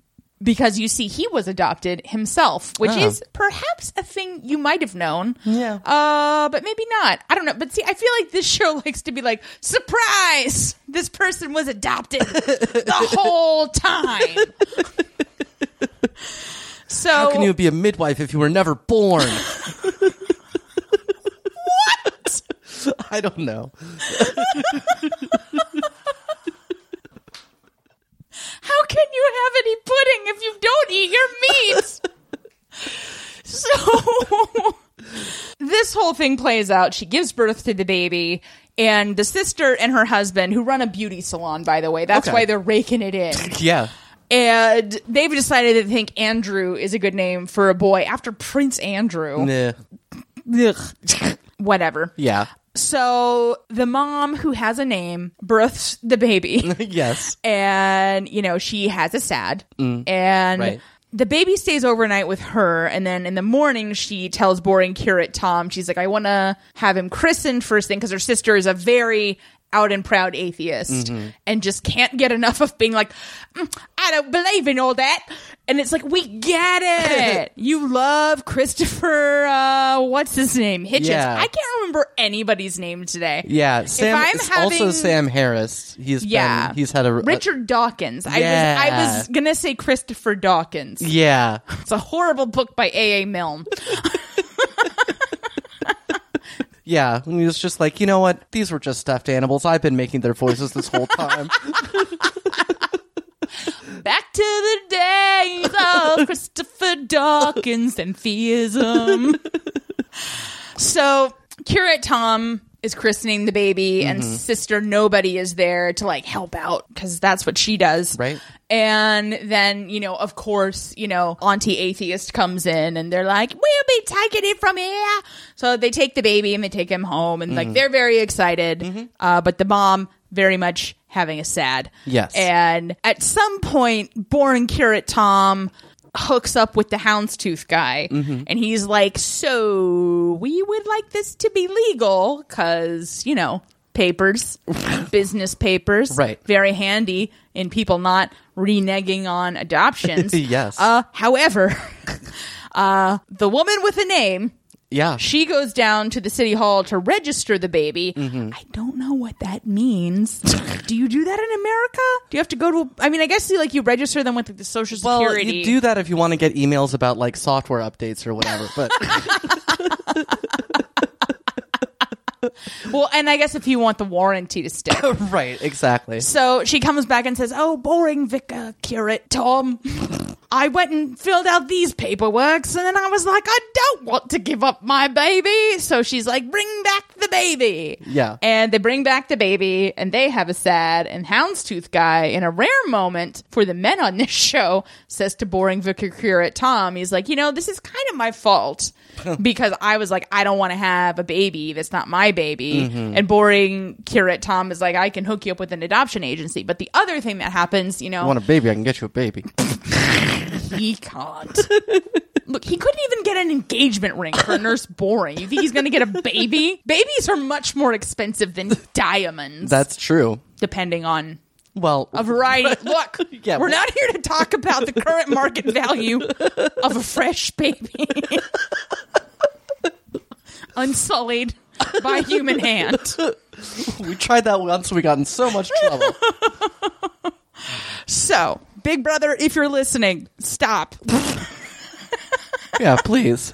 Speaker 2: because you see he was adopted himself, which
Speaker 3: Oh.
Speaker 2: is perhaps a thing you might have known.
Speaker 3: Yeah.
Speaker 2: Uh, but maybe not. I don't know. But see, I feel like this show likes to be like, surprise! This person was adopted the whole time. So
Speaker 3: How can you be a midwife if you were never born? what? I don't know.
Speaker 2: How can you have any pudding if you don't eat your meat? so this whole thing plays out. She gives birth to the baby, and the sister and her husband, who run a beauty salon, by the way, that's
Speaker 3: Okay.
Speaker 2: why they're raking it in.
Speaker 3: Yeah.
Speaker 2: and they've decided to think Andrew is a good name for a boy after Prince Andrew.
Speaker 3: Nah.
Speaker 2: Ugh. Whatever.
Speaker 3: Yeah.
Speaker 2: So the mom who has a name births the baby.
Speaker 3: yes. Mm.
Speaker 2: and you know she has a sad and
Speaker 3: Right.
Speaker 2: the baby stays overnight with her and then in the morning she tells boring curate tom she's like i want to have him christened first thing because her sister is a very out and proud atheist
Speaker 3: Mm-hmm.
Speaker 2: and just can't get enough of being like "Mm, i don't believe in all that and it's like we get it you love christopher uh what's his name hitchens
Speaker 3: Yeah.
Speaker 2: i can't remember anybody's name today
Speaker 3: Yeah. Sam
Speaker 2: I'm
Speaker 3: it's
Speaker 2: having-
Speaker 3: also Sam Harris. He's
Speaker 2: yeah,
Speaker 3: been he's had a
Speaker 2: Richard Dawkins. I was I
Speaker 3: Yeah.
Speaker 2: was gonna say Christopher Dawkins.
Speaker 3: a- yeah.
Speaker 2: It's a horrible book by A. A. Milne.
Speaker 3: Yeah. And he was just like, you know what? These were just stuffed animals. I've been making their voices this whole time.
Speaker 2: Back to the days of Christopher Dawkins and theism. So curate Tom is christening the baby,
Speaker 3: Mm-hmm.
Speaker 2: and sister nobody is there to like help out because that's what she does,
Speaker 3: Right.
Speaker 2: And then, you know, of course, you know, Auntie Atheist comes in and they're like, we'll be taking it from here. So they take the baby and they take him home and
Speaker 3: Mm-hmm.
Speaker 2: like they're very excited. Uh, but the mom very much having a sad.
Speaker 3: Yes.
Speaker 2: And at some point, Born Carrot Tom hooks up with the houndstooth guy
Speaker 3: Mm-hmm.
Speaker 2: and he's like so we would like this to be legal because you know papers business papers
Speaker 3: Right.
Speaker 2: very handy in people not reneging on adoptions.
Speaker 3: Yes.
Speaker 2: Uh, however, uh, the woman with a name,
Speaker 3: yeah.
Speaker 2: she goes down to the city hall to register the baby.
Speaker 3: Mm-hmm.
Speaker 2: I don't know what that means. do you do that in America? Do you have to go to? a- I mean, I guess you, like you register them with like, the social
Speaker 3: well,
Speaker 2: security.
Speaker 3: you do that if you want to get emails about like software updates or whatever. But
Speaker 2: Well, and I guess if you want the warranty to stick.
Speaker 3: right, exactly.
Speaker 2: So she comes back and says, "Oh, boring Vicar curate Tom. I went and filled out these paperworks, and then I was like, I don't want to give up my baby. So she's like, bring back the baby.
Speaker 3: Yeah.
Speaker 2: And they bring back the baby, and they have a sad. And Houndstooth guy, in a rare moment for the men on this show, says to boring Vicar Curate Tom, he's like, you know, this is kind of my fault because I was like, I don't want to have a baby that's not my baby. And boring Curate Tom is like, I can hook you up with an adoption agency. But the other thing that happens, you know,
Speaker 3: want a baby? I can get you a baby.
Speaker 2: he can't. Look, he couldn't even get an engagement ring for Nurse Boring. You think he's going to get a baby? Babies are much more expensive than diamonds,
Speaker 3: That's true.
Speaker 2: depending on
Speaker 3: Well,
Speaker 2: a variety. Look,
Speaker 3: Yeah,
Speaker 2: we're
Speaker 3: well-
Speaker 2: not here to talk about the current market value of a fresh baby, unsullied by human hand.
Speaker 3: we tried that once. We got in so much trouble.
Speaker 2: So, Big Brother, if you're listening, stop.
Speaker 3: yeah, please.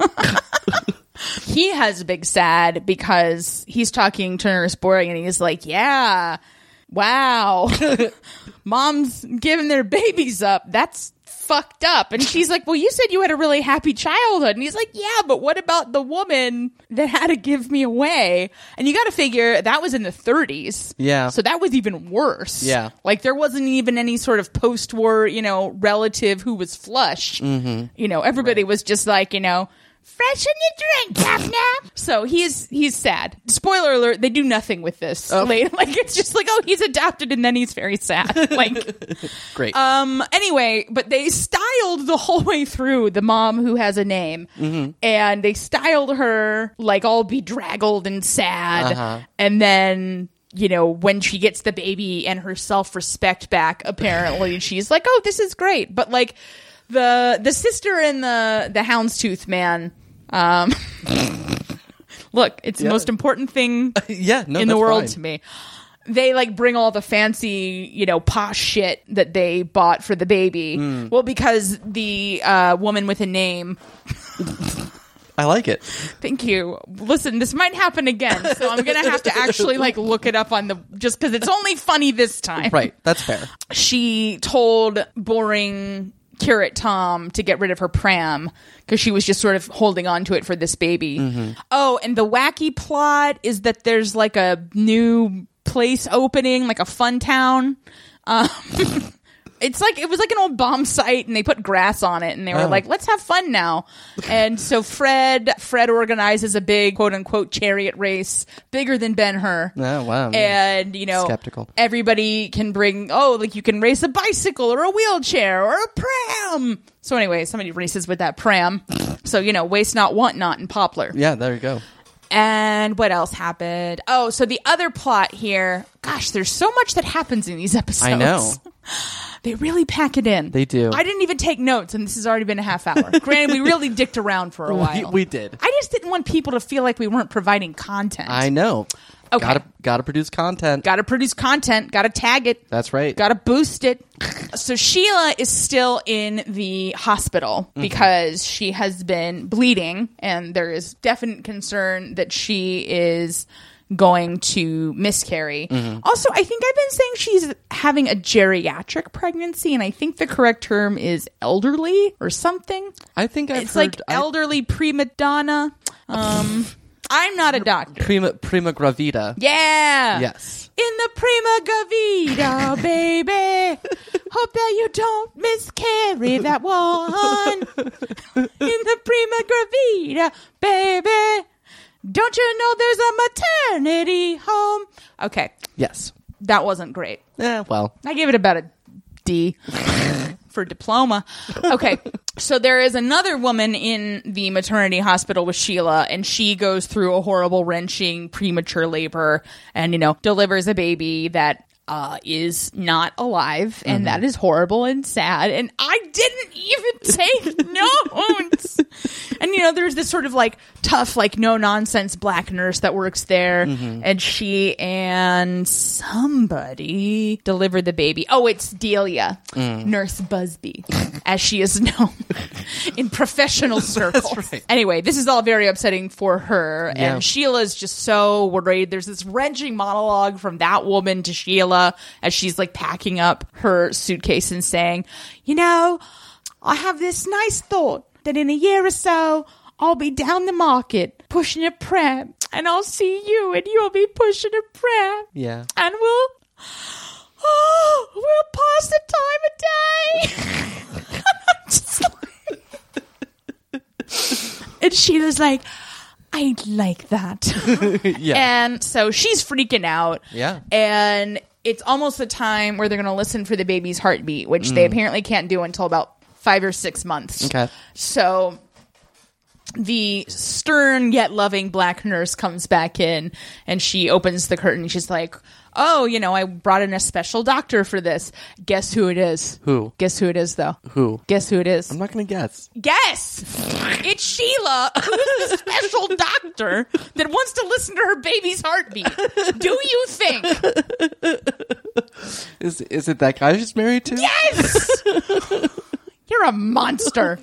Speaker 2: he has a big sad because he's talking to Nurse Boring and he's like, Yeah, wow. Mom's giving their babies up. That's fucked up. And she's like, Well, you said you had a really happy childhood. And he's like, Yeah, but what about the woman that had to give me away? And you got to figure that was in the 30s.
Speaker 3: Yeah.
Speaker 2: So that was even worse.
Speaker 3: Yeah.
Speaker 2: Like there wasn't even any sort of post war, you know, relative who was flush. You know, everybody was just like, you know, freshen your drink, Daphne. so he's he's sad. Spoiler alert, they do nothing with this. Like, like it's just like, oh, he's adopted and then he's very sad. like
Speaker 3: Great.
Speaker 2: um. Anyway, but they styled the whole way through the mom who has a name,
Speaker 3: Mm-hmm.
Speaker 2: and they styled her like all bedraggled and sad,
Speaker 3: Uh-huh.
Speaker 2: and then. You know, when she gets the baby and her self respect back, apparently she's like, "Oh, this is great." But like, the the sister and the the houndstooth man, um, look, it's the
Speaker 3: Yeah.
Speaker 2: most important thing
Speaker 3: yeah, no,
Speaker 2: in the
Speaker 3: that's
Speaker 2: world
Speaker 3: fine.
Speaker 2: to me. They like bring all the fancy, you know, posh shit that they bought for the baby.
Speaker 3: Mm.
Speaker 2: Well, because the uh, woman with a name.
Speaker 3: I like it.
Speaker 2: Thank you. Listen, this might happen again, so I'm gonna have to actually like look it up on the just because it's only funny this time.
Speaker 3: Right, that's fair.
Speaker 2: She told boring curate Tom to get rid of her pram because she was just sort of holding on to it for this baby. Oh, and the wacky plot is that there's like a new place opening, like a fun town. Um, it's like it was like an old bomb site, and they put grass on it, and they were
Speaker 3: Oh.
Speaker 2: like, "Let's have fun now." and so Fred, Fred organizes a big quote unquote chariot race, bigger than Ben Hur
Speaker 3: Oh, wow.
Speaker 2: and you know
Speaker 3: Skeptical.
Speaker 2: everybody can bring oh like you can race a bicycle or a wheelchair or a pram so anyway somebody races with that pram so you know waste not want not and poplar
Speaker 3: yeah, there you go.
Speaker 2: and what else happened oh so the other plot here gosh there's so much that happens in these episodes
Speaker 3: I know.
Speaker 2: they really pack it in
Speaker 3: They do.
Speaker 2: i didn't even take notes and this has already been a half hour granted we really dicked around for a
Speaker 3: We,
Speaker 2: while
Speaker 3: we did.
Speaker 2: i just didn't want people to feel like we weren't providing content
Speaker 3: I know.
Speaker 2: Okay.
Speaker 3: Gotta, gotta produce content.
Speaker 2: gotta produce content gotta tag it
Speaker 3: that's right.
Speaker 2: Got to boost it. So Sheila is still in the hospital
Speaker 3: Mm-hmm.
Speaker 2: because she has been bleeding, and there is definite concern that she is going to miscarry.
Speaker 3: Mm-hmm.
Speaker 2: Also, I think I've been saying she's having a geriatric pregnancy, and I think the correct term is elderly or something.
Speaker 3: I think I've
Speaker 2: It's
Speaker 3: heard,
Speaker 2: like
Speaker 3: I-
Speaker 2: elderly prima donna. Um, I'm not a doctor.
Speaker 3: prima, prima gravita.
Speaker 2: Yeah.
Speaker 3: Yes.
Speaker 2: In the prima gavita, baby. Hope that you don't miscarry that one. In the prima gravita, baby. Don't you know there's a maternity home? Okay,
Speaker 3: Yes.
Speaker 2: that wasn't great.
Speaker 3: Yeah. Well.
Speaker 2: I gave it about a D for diploma. Okay. So there is another woman in the maternity hospital with Sheila, and she goes through a horrible, wrenching, premature labor and, you know, delivers a baby that. Uh, is not alive, and that is horrible and sad. And I didn't even take notes. And you know, there's this sort of like tough, like no nonsense black nurse that works there,
Speaker 3: Mm-hmm.
Speaker 2: and she and somebody deliver the baby. Oh, it's Delia,
Speaker 3: Mm.
Speaker 2: Nurse Busby, as she is known in professional circles.
Speaker 3: right.
Speaker 2: Anyway, this is all very upsetting for her,
Speaker 3: Yeah.
Speaker 2: and Sheila's just so worried. There's this wrenching monologue from that woman to Sheila as she's like packing up her suitcase and saying, you know. I have this nice thought that in a year or so, I'll be down the market pushing a pram, and I'll see you, and you'll be pushing a pram.
Speaker 3: Yeah.
Speaker 2: And we'll. Oh, we'll pass the time of day. And I'm just like- and Sheila's like, I'd like that.
Speaker 3: yeah.
Speaker 2: And so she's freaking out.
Speaker 3: Yeah.
Speaker 2: And it's almost the time where they're going to listen for the baby's heartbeat, which they apparently can't do until about five or six months.
Speaker 3: Mm. okay.
Speaker 2: So the stern yet loving black nurse comes back in and she opens the curtain. She's like, Oh, you know, I brought in a special doctor for this. Guess who it is?
Speaker 3: Who?
Speaker 2: Guess who it is, though?
Speaker 3: Who?
Speaker 2: Guess who it is?
Speaker 3: I'm not going to guess.
Speaker 2: Guess! It's Sheila, who's the special doctor that wants to listen to her baby's heartbeat. Do you think?
Speaker 3: Is is it that guy she's married to?
Speaker 2: Yes! You're a monster.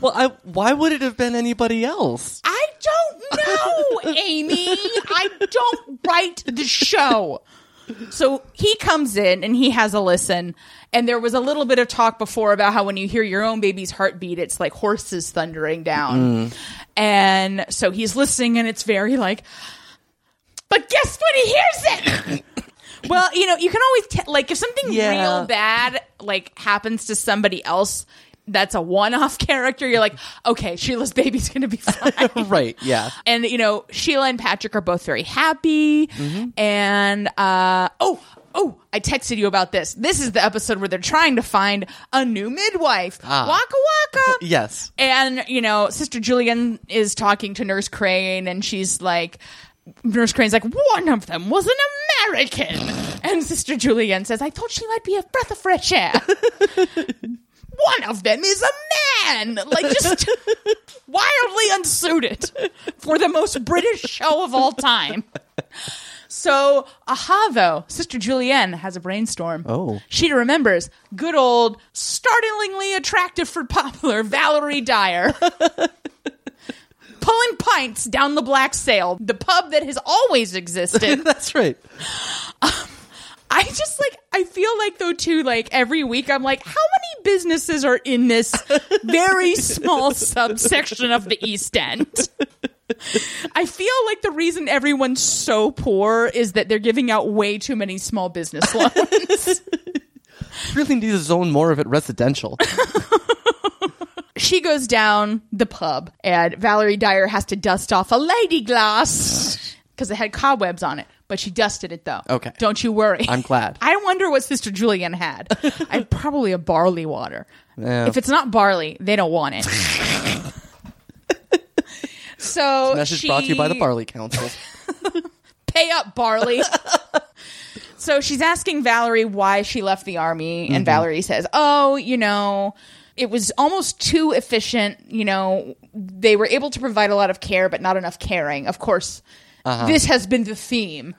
Speaker 3: Well, I, why would it have been anybody else?
Speaker 2: I don't know, Amy. I don't write the show. So he comes in and he has a listen. And there was a little bit of talk before about how when you hear your own baby's heartbeat, it's like horses thundering down. And so he's listening and it's very like, but guess when he hears it? well, you know, you can always, t- like, if something
Speaker 3: Yeah.
Speaker 2: real bad, like, happens to somebody else that's a one off character, you're like, okay, Sheila's baby's going to be fine.
Speaker 3: right. Yeah.
Speaker 2: and you know sheila and patrick are both very happy and uh oh oh i texted you about this this is the episode where they're trying to find a new midwife waka waka
Speaker 3: Yes.
Speaker 2: and you know sister julian is talking to nurse crane and she's like nurse crane's like one of them was an american and sister julian says i thought she might be a breath of fresh air one of them is a man like just wildly unsuited for the most british show of all time so ahavo sister julianne has a brainstorm
Speaker 3: Oh.
Speaker 2: she remembers good old, startlingly attractive for popular Valerie Dyer. Pulling pints down the black sail, the pub that has always existed.
Speaker 3: That's right.
Speaker 2: I just like, I feel like though too, like every week I'm like, how many businesses are in this very small subsection of the East End? I feel like the reason everyone's so poor is that they're giving out way too many small business loans.
Speaker 3: Really needs to zone more of it residential.
Speaker 2: she goes down the pub and Valerie Dyer has to dust off a lady glass because it had cobwebs on it. But she dusted it though.
Speaker 3: Okay.
Speaker 2: Don't you worry.
Speaker 3: I'm glad.
Speaker 2: I wonder what Sister Julian had. I probably a barley water.
Speaker 3: Yeah.
Speaker 2: If it's not barley, they don't want it. so
Speaker 3: Message
Speaker 2: she,
Speaker 3: brought to you by the Barley Council.
Speaker 2: Pay up, barley. so she's asking Valerie why she left the army,
Speaker 3: Mm-hmm.
Speaker 2: and Valerie says, "Oh, you know." It was almost too efficient. You know, they were able to provide a lot of care, but not enough caring. Of course,
Speaker 3: Uh-huh.
Speaker 2: this has been the theme.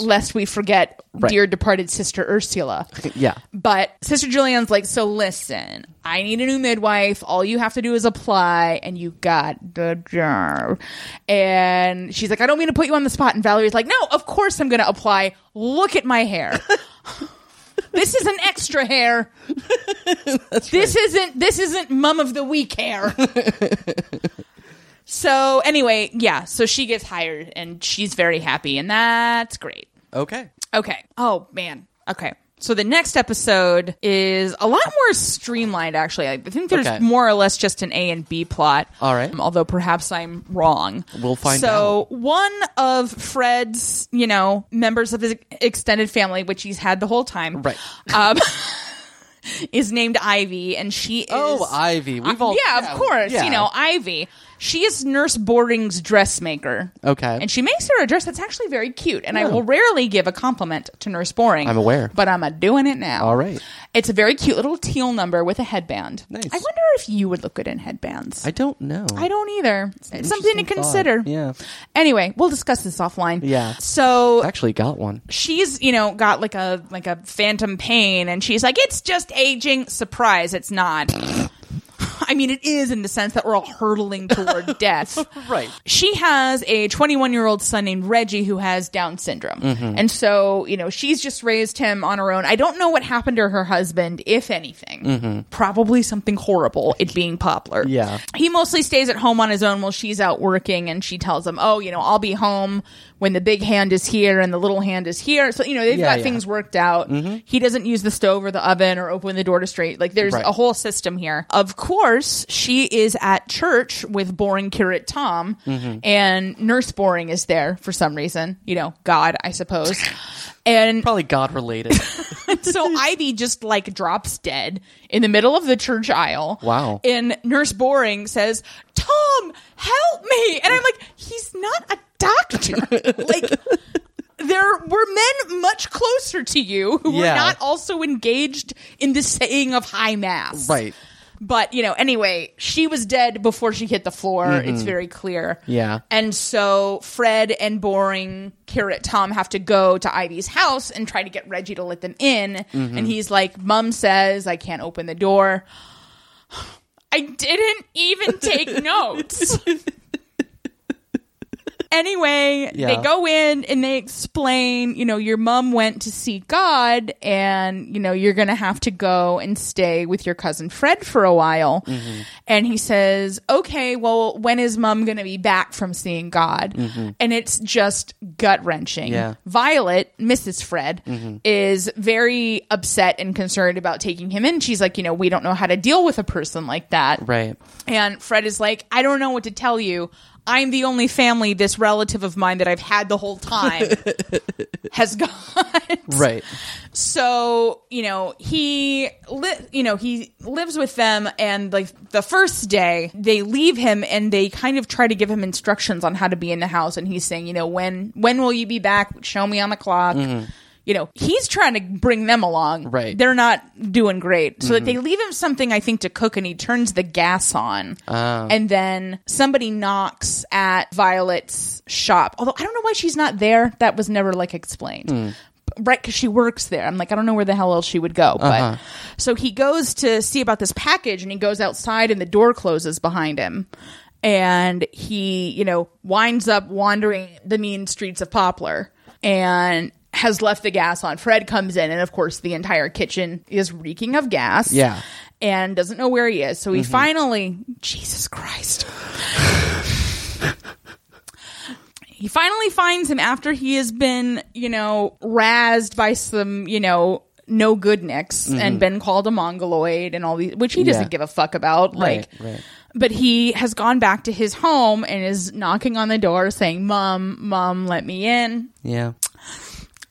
Speaker 2: Lest we forget
Speaker 3: Right.
Speaker 2: dear departed sister Ursula.
Speaker 3: yeah.
Speaker 2: But Sister Julianne's like, so listen, I need a new midwife. All you have to do is apply, and you got the job. And she's like, I don't mean to put you on the spot. And Valerie's like, no, of course I'm going to apply. Look at my hair. this isn't extra hair. this isn't this isn't mum of the week hair. so anyway, yeah. So she gets hired, and she's very happy, and that's great.
Speaker 3: Okay.
Speaker 2: Okay. Oh man. Okay. So the next episode is a lot more streamlined. Actually, I think there's
Speaker 3: Okay.
Speaker 2: more or less just an A and B plot.
Speaker 3: All right.
Speaker 2: Um, although perhaps I'm wrong.
Speaker 3: We'll find
Speaker 2: so one of Fred's, you know, members of his extended family, which he's had the whole time,
Speaker 3: Right.
Speaker 2: Um, is named Ivy, and she is uh,
Speaker 3: Oh, Ivy. We've all.
Speaker 2: yeah, of course.
Speaker 3: yeah.
Speaker 2: You know, Ivy. She is Nurse Boarding's dressmaker.
Speaker 3: Okay.
Speaker 2: And she makes her a dress that's actually very cute. And I
Speaker 3: Yeah.
Speaker 2: will rarely give a compliment to Nurse Boring.
Speaker 3: I'm aware.
Speaker 2: But I'm a doing it now.
Speaker 3: All right.
Speaker 2: It's a very cute little teal number with a headband.
Speaker 3: Nice.
Speaker 2: I wonder if you would look good in headbands.
Speaker 3: I don't know.
Speaker 2: I don't either. It's, something to
Speaker 3: interesting thought.
Speaker 2: consider.
Speaker 3: Yeah.
Speaker 2: Anyway, we'll discuss this offline.
Speaker 3: Yeah.
Speaker 2: So
Speaker 3: actually got one.
Speaker 2: she's you know got like a like a phantom pain and she's like it's just aging surprise it's not I mean, it is in the sense that we're all hurtling toward death.
Speaker 3: Right.
Speaker 2: She has a 21 year old son named Reggie who has Down syndrome.
Speaker 3: Mm-hmm.
Speaker 2: And so, you know, she's just raised him on her own. I don't know what happened to her husband, if anything. Probably something horrible, it being Poplar.
Speaker 3: Mm-hmm. Yeah.
Speaker 2: He mostly stays at home on his own while she's out working, and she tells him, Oh, you know, I'll be home when the big hand is here and the little hand is here. So, you know, they've
Speaker 3: Yeah, Mm-hmm.
Speaker 2: got
Speaker 3: yeah.
Speaker 2: things worked out. He doesn't use the stove or the oven or open the door to straight. Like, there's
Speaker 3: Right.
Speaker 2: a whole system here. Of course, she is at church with boring curate Tom,
Speaker 3: Mm-hmm.
Speaker 2: and Nurse Boring is there for some reason. You know, God, I suppose. And
Speaker 3: Probably God related.
Speaker 2: so Ivy just like drops dead in the middle of the church aisle.
Speaker 3: Wow.
Speaker 2: And Nurse Boring says, Tom, help me. And I'm like, he's not a doctor. like, there were men much closer to you who were
Speaker 3: Yeah.
Speaker 2: not also engaged in the saying of high mass.
Speaker 3: right.
Speaker 2: But, you know, anyway, she was dead before she hit the floor. It's very clear.
Speaker 3: Mm-hmm. Yeah.
Speaker 2: And so Fred and Boring Carrot Tom have to go to Ivy's house and try to get Reggie to let them in.
Speaker 3: Mm-hmm.
Speaker 2: And he's like, Mum says I can't open the door. I didn't even take notes. Anyway,
Speaker 3: Yeah.
Speaker 2: they go in and they explain, you know, your mom went to see God and, you know, you're going to have to go and stay with your cousin Fred for a while. And he says, okay, well, when is mom going to be back from seeing God? And it's just gut wrenching.
Speaker 3: Yeah.
Speaker 2: Violet, Mrs. Fred, is very upset and concerned about taking him in. She's like, you know, we don't know how to deal with a person like that.
Speaker 3: Right.
Speaker 2: And Fred is like, I don't know what to tell you. I'm the only family this relative of mine that I've had the whole time has got.
Speaker 3: Right.
Speaker 2: So, you know, he li- you know, he lives with them and like the first day they leave him and they kind of try to give him instructions on how to be in the house and he's saying, you know, when when will you be back? Show me on the clock. You know, he's trying to bring them along.
Speaker 3: Right.
Speaker 2: They're not doing great. So that they leave him something I think to cook and he turns the gas on. And then somebody knocks at Violet's shop. Although I don't know why she's not there. That was never like explained right because she works there i'm like i don't know where the hell else she would go but so he goes to see about this package and he goes outside and the door closes behind him and he you know winds up wandering the mean streets of poplar and has left the gas on fred comes in and of course the entire kitchen is reeking of gas
Speaker 3: Yeah.
Speaker 2: and doesn't know where he is so he finally jesus christ he finally finds him after he has been, you know, razzed by some, you know, no good nicks and been called a mongoloid and all these, which he doesn't
Speaker 3: Mm-hmm. Yeah.
Speaker 2: give a fuck about.
Speaker 3: Right,
Speaker 2: like,
Speaker 3: right.
Speaker 2: but he has gone back to his home and is knocking on the door saying, Mom, Mom, let me in.
Speaker 3: Yeah.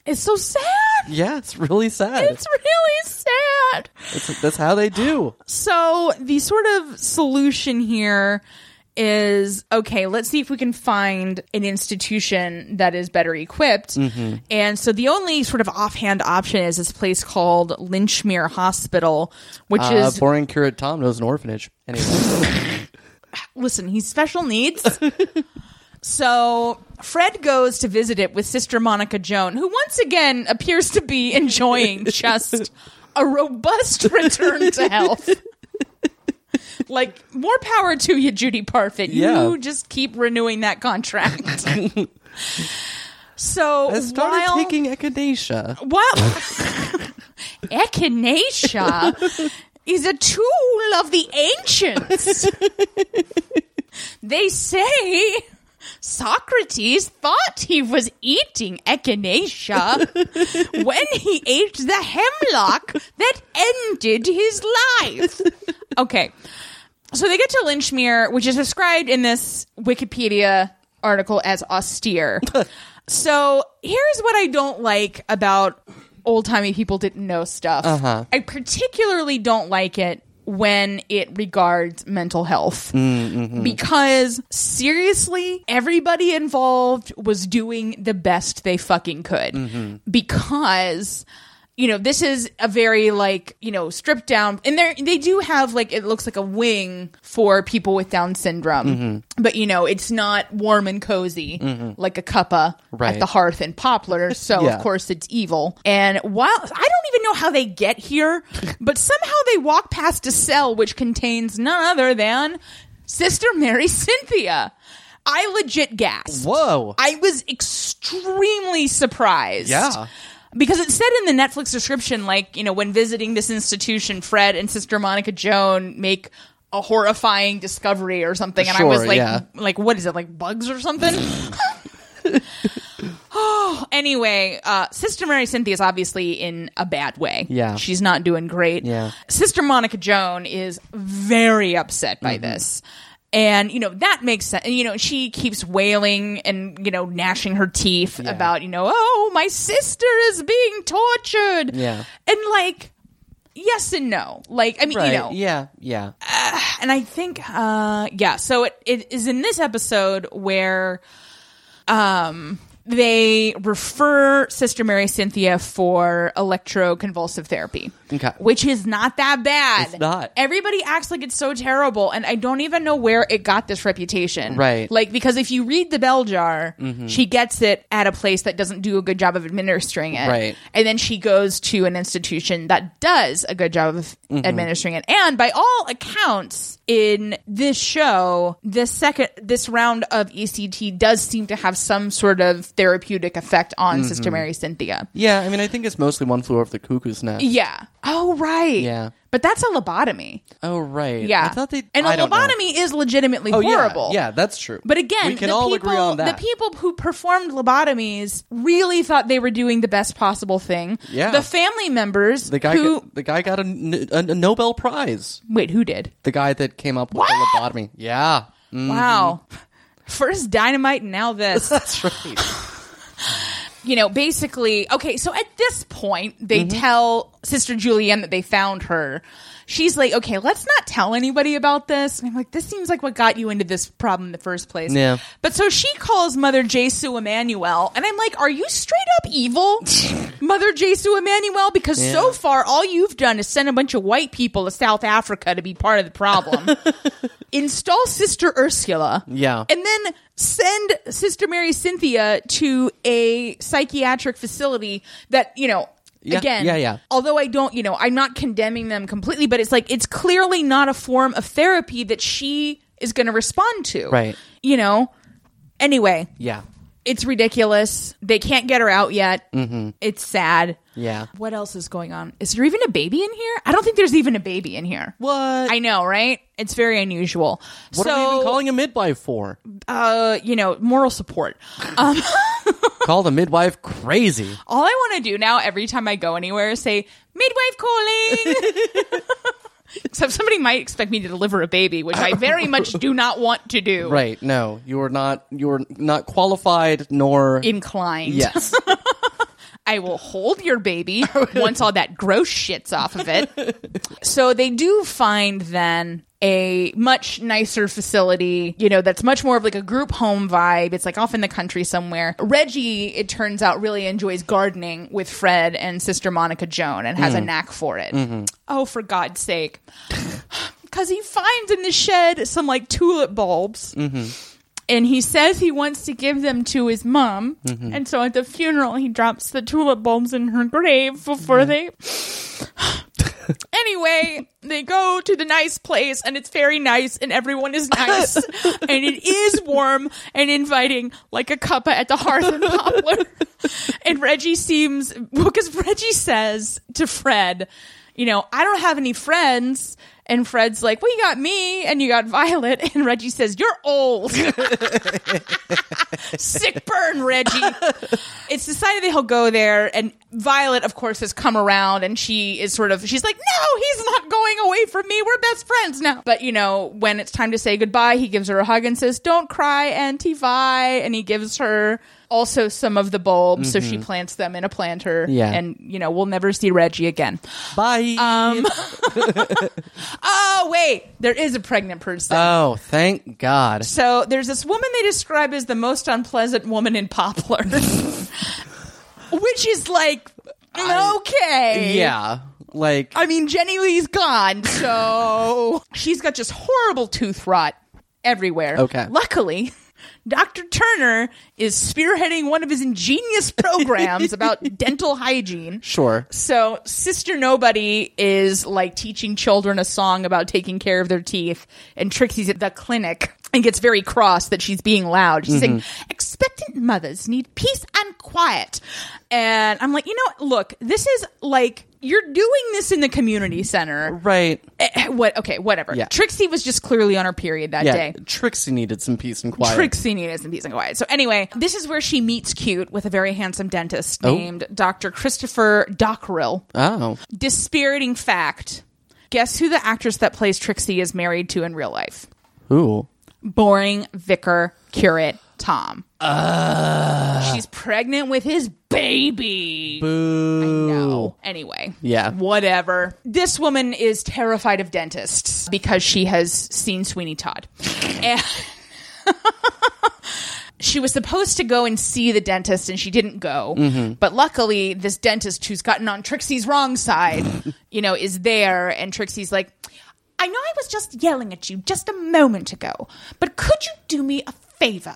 Speaker 2: It's so sad.
Speaker 3: Yeah, it's really sad.
Speaker 2: It's really sad.
Speaker 3: It's- that's how they do.
Speaker 2: So the sort of solution here is okay, let's see if we can find an institution that is better equipped. And so the only sort of offhand option is this place called Lynchmere Hospital, which
Speaker 3: Uh,
Speaker 2: is
Speaker 3: boring curate Tom knows an orphanage. Anyway.
Speaker 2: listen, he's special needs. so Fred goes to visit it with Sister Monica Joan, who once again appears to be enjoying just a robust return to health. Like more power to you, Judy Parfit.
Speaker 3: Yeah.
Speaker 2: You just keep renewing that contract. so
Speaker 3: I started
Speaker 2: while
Speaker 3: taking echinacea.
Speaker 2: well, echinacea is a tool of the ancients. they say Socrates thought he was eating echinacea when he ate the hemlock that ended his life. Okay. So they get to Lynchmere, which is described in this Wikipedia article as austere. so here's what I don't like about old timey people didn't know stuff.
Speaker 3: Uh-huh.
Speaker 2: I particularly don't like it when it regards mental health
Speaker 3: Mm-hmm.
Speaker 2: because seriously everybody
Speaker 3: Mm-hmm.
Speaker 2: involved was doing the best they fucking could because you know, this is a very like, you know, stripped down and they they do have like it looks like a wing for people with down syndrome.
Speaker 3: Mm-hmm.
Speaker 2: But you know, it's not warm and cozy like a cuppa
Speaker 3: Right.
Speaker 2: at the hearth in Poplar, so
Speaker 3: Yeah.
Speaker 2: of course it's evil. And while I don't even know how they get here, but somehow they walk past a cell which contains none other than Sister Mary Cynthia. I legit gasped.
Speaker 3: Whoa.
Speaker 2: I was extremely surprised.
Speaker 3: Yeah.
Speaker 2: Because it said in the Netflix description, like, you know, when visiting this institution, Fred and Sister Monica Joan make a horrifying discovery or something. And I was
Speaker 3: Sure,
Speaker 2: like,
Speaker 3: yeah.
Speaker 2: like, what is it, like bugs or something? oh, anyway, uh, Sister Mary Cynthia is obviously in a bad way.
Speaker 3: Yeah.
Speaker 2: She's not doing great.
Speaker 3: Yeah.
Speaker 2: Sister Monica Joan is very upset
Speaker 3: Mm-hmm.
Speaker 2: by this. And, you know, that makes sense. You know, she keeps wailing and, you know, gnashing her teeth about, you know, oh, my sister is being tortured.
Speaker 3: Yeah.
Speaker 2: And, like, yes and no. Like, I mean,
Speaker 3: Right.
Speaker 2: you know,
Speaker 3: Yeah. Yeah.
Speaker 2: and I think, uh, yeah, so it, it is in this episode where, um, they refer Sister Mary Cynthia for electroconvulsive therapy,
Speaker 3: Okay.
Speaker 2: which is not that bad.
Speaker 3: It's not.
Speaker 2: Everybody acts like it's so terrible, and I don't even know where it got this reputation.
Speaker 3: Right.
Speaker 2: Like because if you read the Bell Jar,
Speaker 3: Mm-hmm.
Speaker 2: she gets it at a place that doesn't do a good job of administering it.
Speaker 3: Right.
Speaker 2: And then she goes to an institution that does a good job of
Speaker 3: Mm-hmm.
Speaker 2: administering it. And by all accounts, in this show, this second this round of ECT does seem to have some sort of therapeutic effect on
Speaker 3: Mm-hmm.
Speaker 2: Sister Mary Cynthia.
Speaker 3: Yeah. I mean, I think it's mostly one flew over the cuckoo's nest.
Speaker 2: Yeah. Oh right.
Speaker 3: Yeah.
Speaker 2: But that's a lobotomy.
Speaker 3: Oh right.
Speaker 2: Yeah.
Speaker 3: I thought they.
Speaker 2: and a
Speaker 3: I don't know.
Speaker 2: lobotomy is legitimately
Speaker 3: Oh, yeah.
Speaker 2: horrible.
Speaker 3: Yeah, that's true.
Speaker 2: But again,
Speaker 3: we can
Speaker 2: the
Speaker 3: all
Speaker 2: people,
Speaker 3: agree on that.
Speaker 2: The people who performed lobotomies really thought they were doing the best possible thing.
Speaker 3: Yeah.
Speaker 2: The family members
Speaker 3: the guy,
Speaker 2: who
Speaker 3: got, the guy got a, n- a Nobel Prize.
Speaker 2: wait, who did?
Speaker 3: The guy that came up with
Speaker 2: What?
Speaker 3: the lobotomy. Yeah,
Speaker 2: Wow. First dynamite, now this.
Speaker 3: that's right.
Speaker 2: you know, basically, okay, so at this point, they
Speaker 3: Mm-hmm.
Speaker 2: tell Sister Julianne that they found her. She's like, okay, let's not tell anybody about this. And I'm like, this seems like what got you into this problem in the first place.
Speaker 3: Yeah.
Speaker 2: But so she calls Mother Jesu Emmanuel, and I'm like, are you straight up evil, Mother Jesu Emmanuel? Because so
Speaker 3: Yeah.
Speaker 2: far, all you've done is send a bunch of white people to South Africa to be part of the problem. Install Sister Ursula.
Speaker 3: Yeah.
Speaker 2: And then send Sister Mary Cynthia to a psychiatric facility that, you know,
Speaker 3: Yeah,
Speaker 2: again,
Speaker 3: yeah, yeah.
Speaker 2: although I don't, you know, I'm not condemning them completely, but it's like, it's clearly not a form of therapy that she is going to respond to.
Speaker 3: Right.
Speaker 2: You know? Anyway,
Speaker 3: yeah,
Speaker 2: it's ridiculous. They can't get her out yet.
Speaker 3: Mm-hmm.
Speaker 2: It's sad.
Speaker 3: yeah.
Speaker 2: What else is going on? Is there even a baby in here? I don't think there's even a baby in here.
Speaker 3: What?
Speaker 2: I know, right? It's very unusual.
Speaker 3: what
Speaker 2: so,
Speaker 3: are we even calling a midwife for?
Speaker 2: uh, you know, moral support. Um,
Speaker 3: Call the midwife crazy.
Speaker 2: all I want to do now, every time I go anywhere, is say midwife calling. Except somebody might expect me to deliver a baby, which I very much do not want to do.
Speaker 3: Right? No, you are not. You are not qualified. Nor
Speaker 2: Inclined.
Speaker 3: yes.
Speaker 2: I will hold your baby once all that gross shit's off of it. So they do find then a much nicer facility, you know, that's much more of like a group home vibe. It's like off in the country somewhere. Reggie, it turns out, really enjoys gardening with Fred and sister Monica Joan and has a knack for it. Oh, for God's sake. Because he finds in the shed some like tulip bulbs and he says he wants to give them to his mom. And so at the funeral, he drops the tulip bulbs in her grave before they. anyway, they go to the nice place, and it's very nice, and everyone is nice, and it is warm and inviting, like a cuppa at the hearth and poplar. and Reggie seems because Reggie says to Fred, you know, I don't have any friends. And Fred's like, well, you got me and you got Violet. And Reggie says, you're old. Sick burn, Reggie. it's decided that he'll go there. And Violet, of course, has come around and she is sort of, she's like, no, he's not going away from me. We're best friends now. But, you know, when it's time to say goodbye, he gives her a hug and says, don't cry, Auntie Vi. And he gives her also some of the bulbs. So she plants them in a planter.
Speaker 3: Yeah.
Speaker 2: And, you know, we'll never see Reggie again.
Speaker 3: Bye.
Speaker 2: Oh, wait, there is a pregnant person.
Speaker 3: oh, thank God.
Speaker 2: So there's this woman they describe as the most unpleasant woman in Poplar, which is like
Speaker 3: I-
Speaker 2: okay.
Speaker 3: yeah. Like
Speaker 2: I mean, Jenny Lee's gone, so she's got just horrible tooth rot everywhere.
Speaker 3: Okay.
Speaker 2: Luckily, Dr. Turner is spearheading one of his ingenious programs about dental hygiene.
Speaker 3: sure.
Speaker 2: So, Sister Nobody is like teaching children a song about taking care of their teeth, and Trixie's at the clinic and gets very cross that she's being loud. She's saying,
Speaker 3: Mm-hmm.
Speaker 2: Expectant mothers need peace and quiet. And I'm like, you know, what? look, this is like, you're doing this in the community center.
Speaker 3: Right.
Speaker 2: Eh, What? Okay, whatever.
Speaker 3: Yeah.
Speaker 2: Trixie was just clearly on her period that
Speaker 3: Yeah.
Speaker 2: day.
Speaker 3: Trixie needed some peace and quiet.
Speaker 2: Trixie needed some peace and quiet. So anyway, this is where she meets cute with a very handsome dentist named Dr. Christopher Dockrell
Speaker 3: Oh.
Speaker 2: dispiriting fact. Guess who the actress that plays Trixie is married to in real life?
Speaker 3: Ooh.
Speaker 2: Boring vicar curate Tom. She's pregnant with his baby.
Speaker 3: Boo.
Speaker 2: No. Anyway.
Speaker 3: Yeah.
Speaker 2: Whatever. This woman is terrified of dentists because she has seen Sweeney Todd. And- she was supposed to go and see the dentist and she didn't go. But luckily, this dentist who's gotten on Trixie's wrong side, you know, is there. And Trixie's like, I know I was just yelling at you just a moment ago, but could you do me a favor?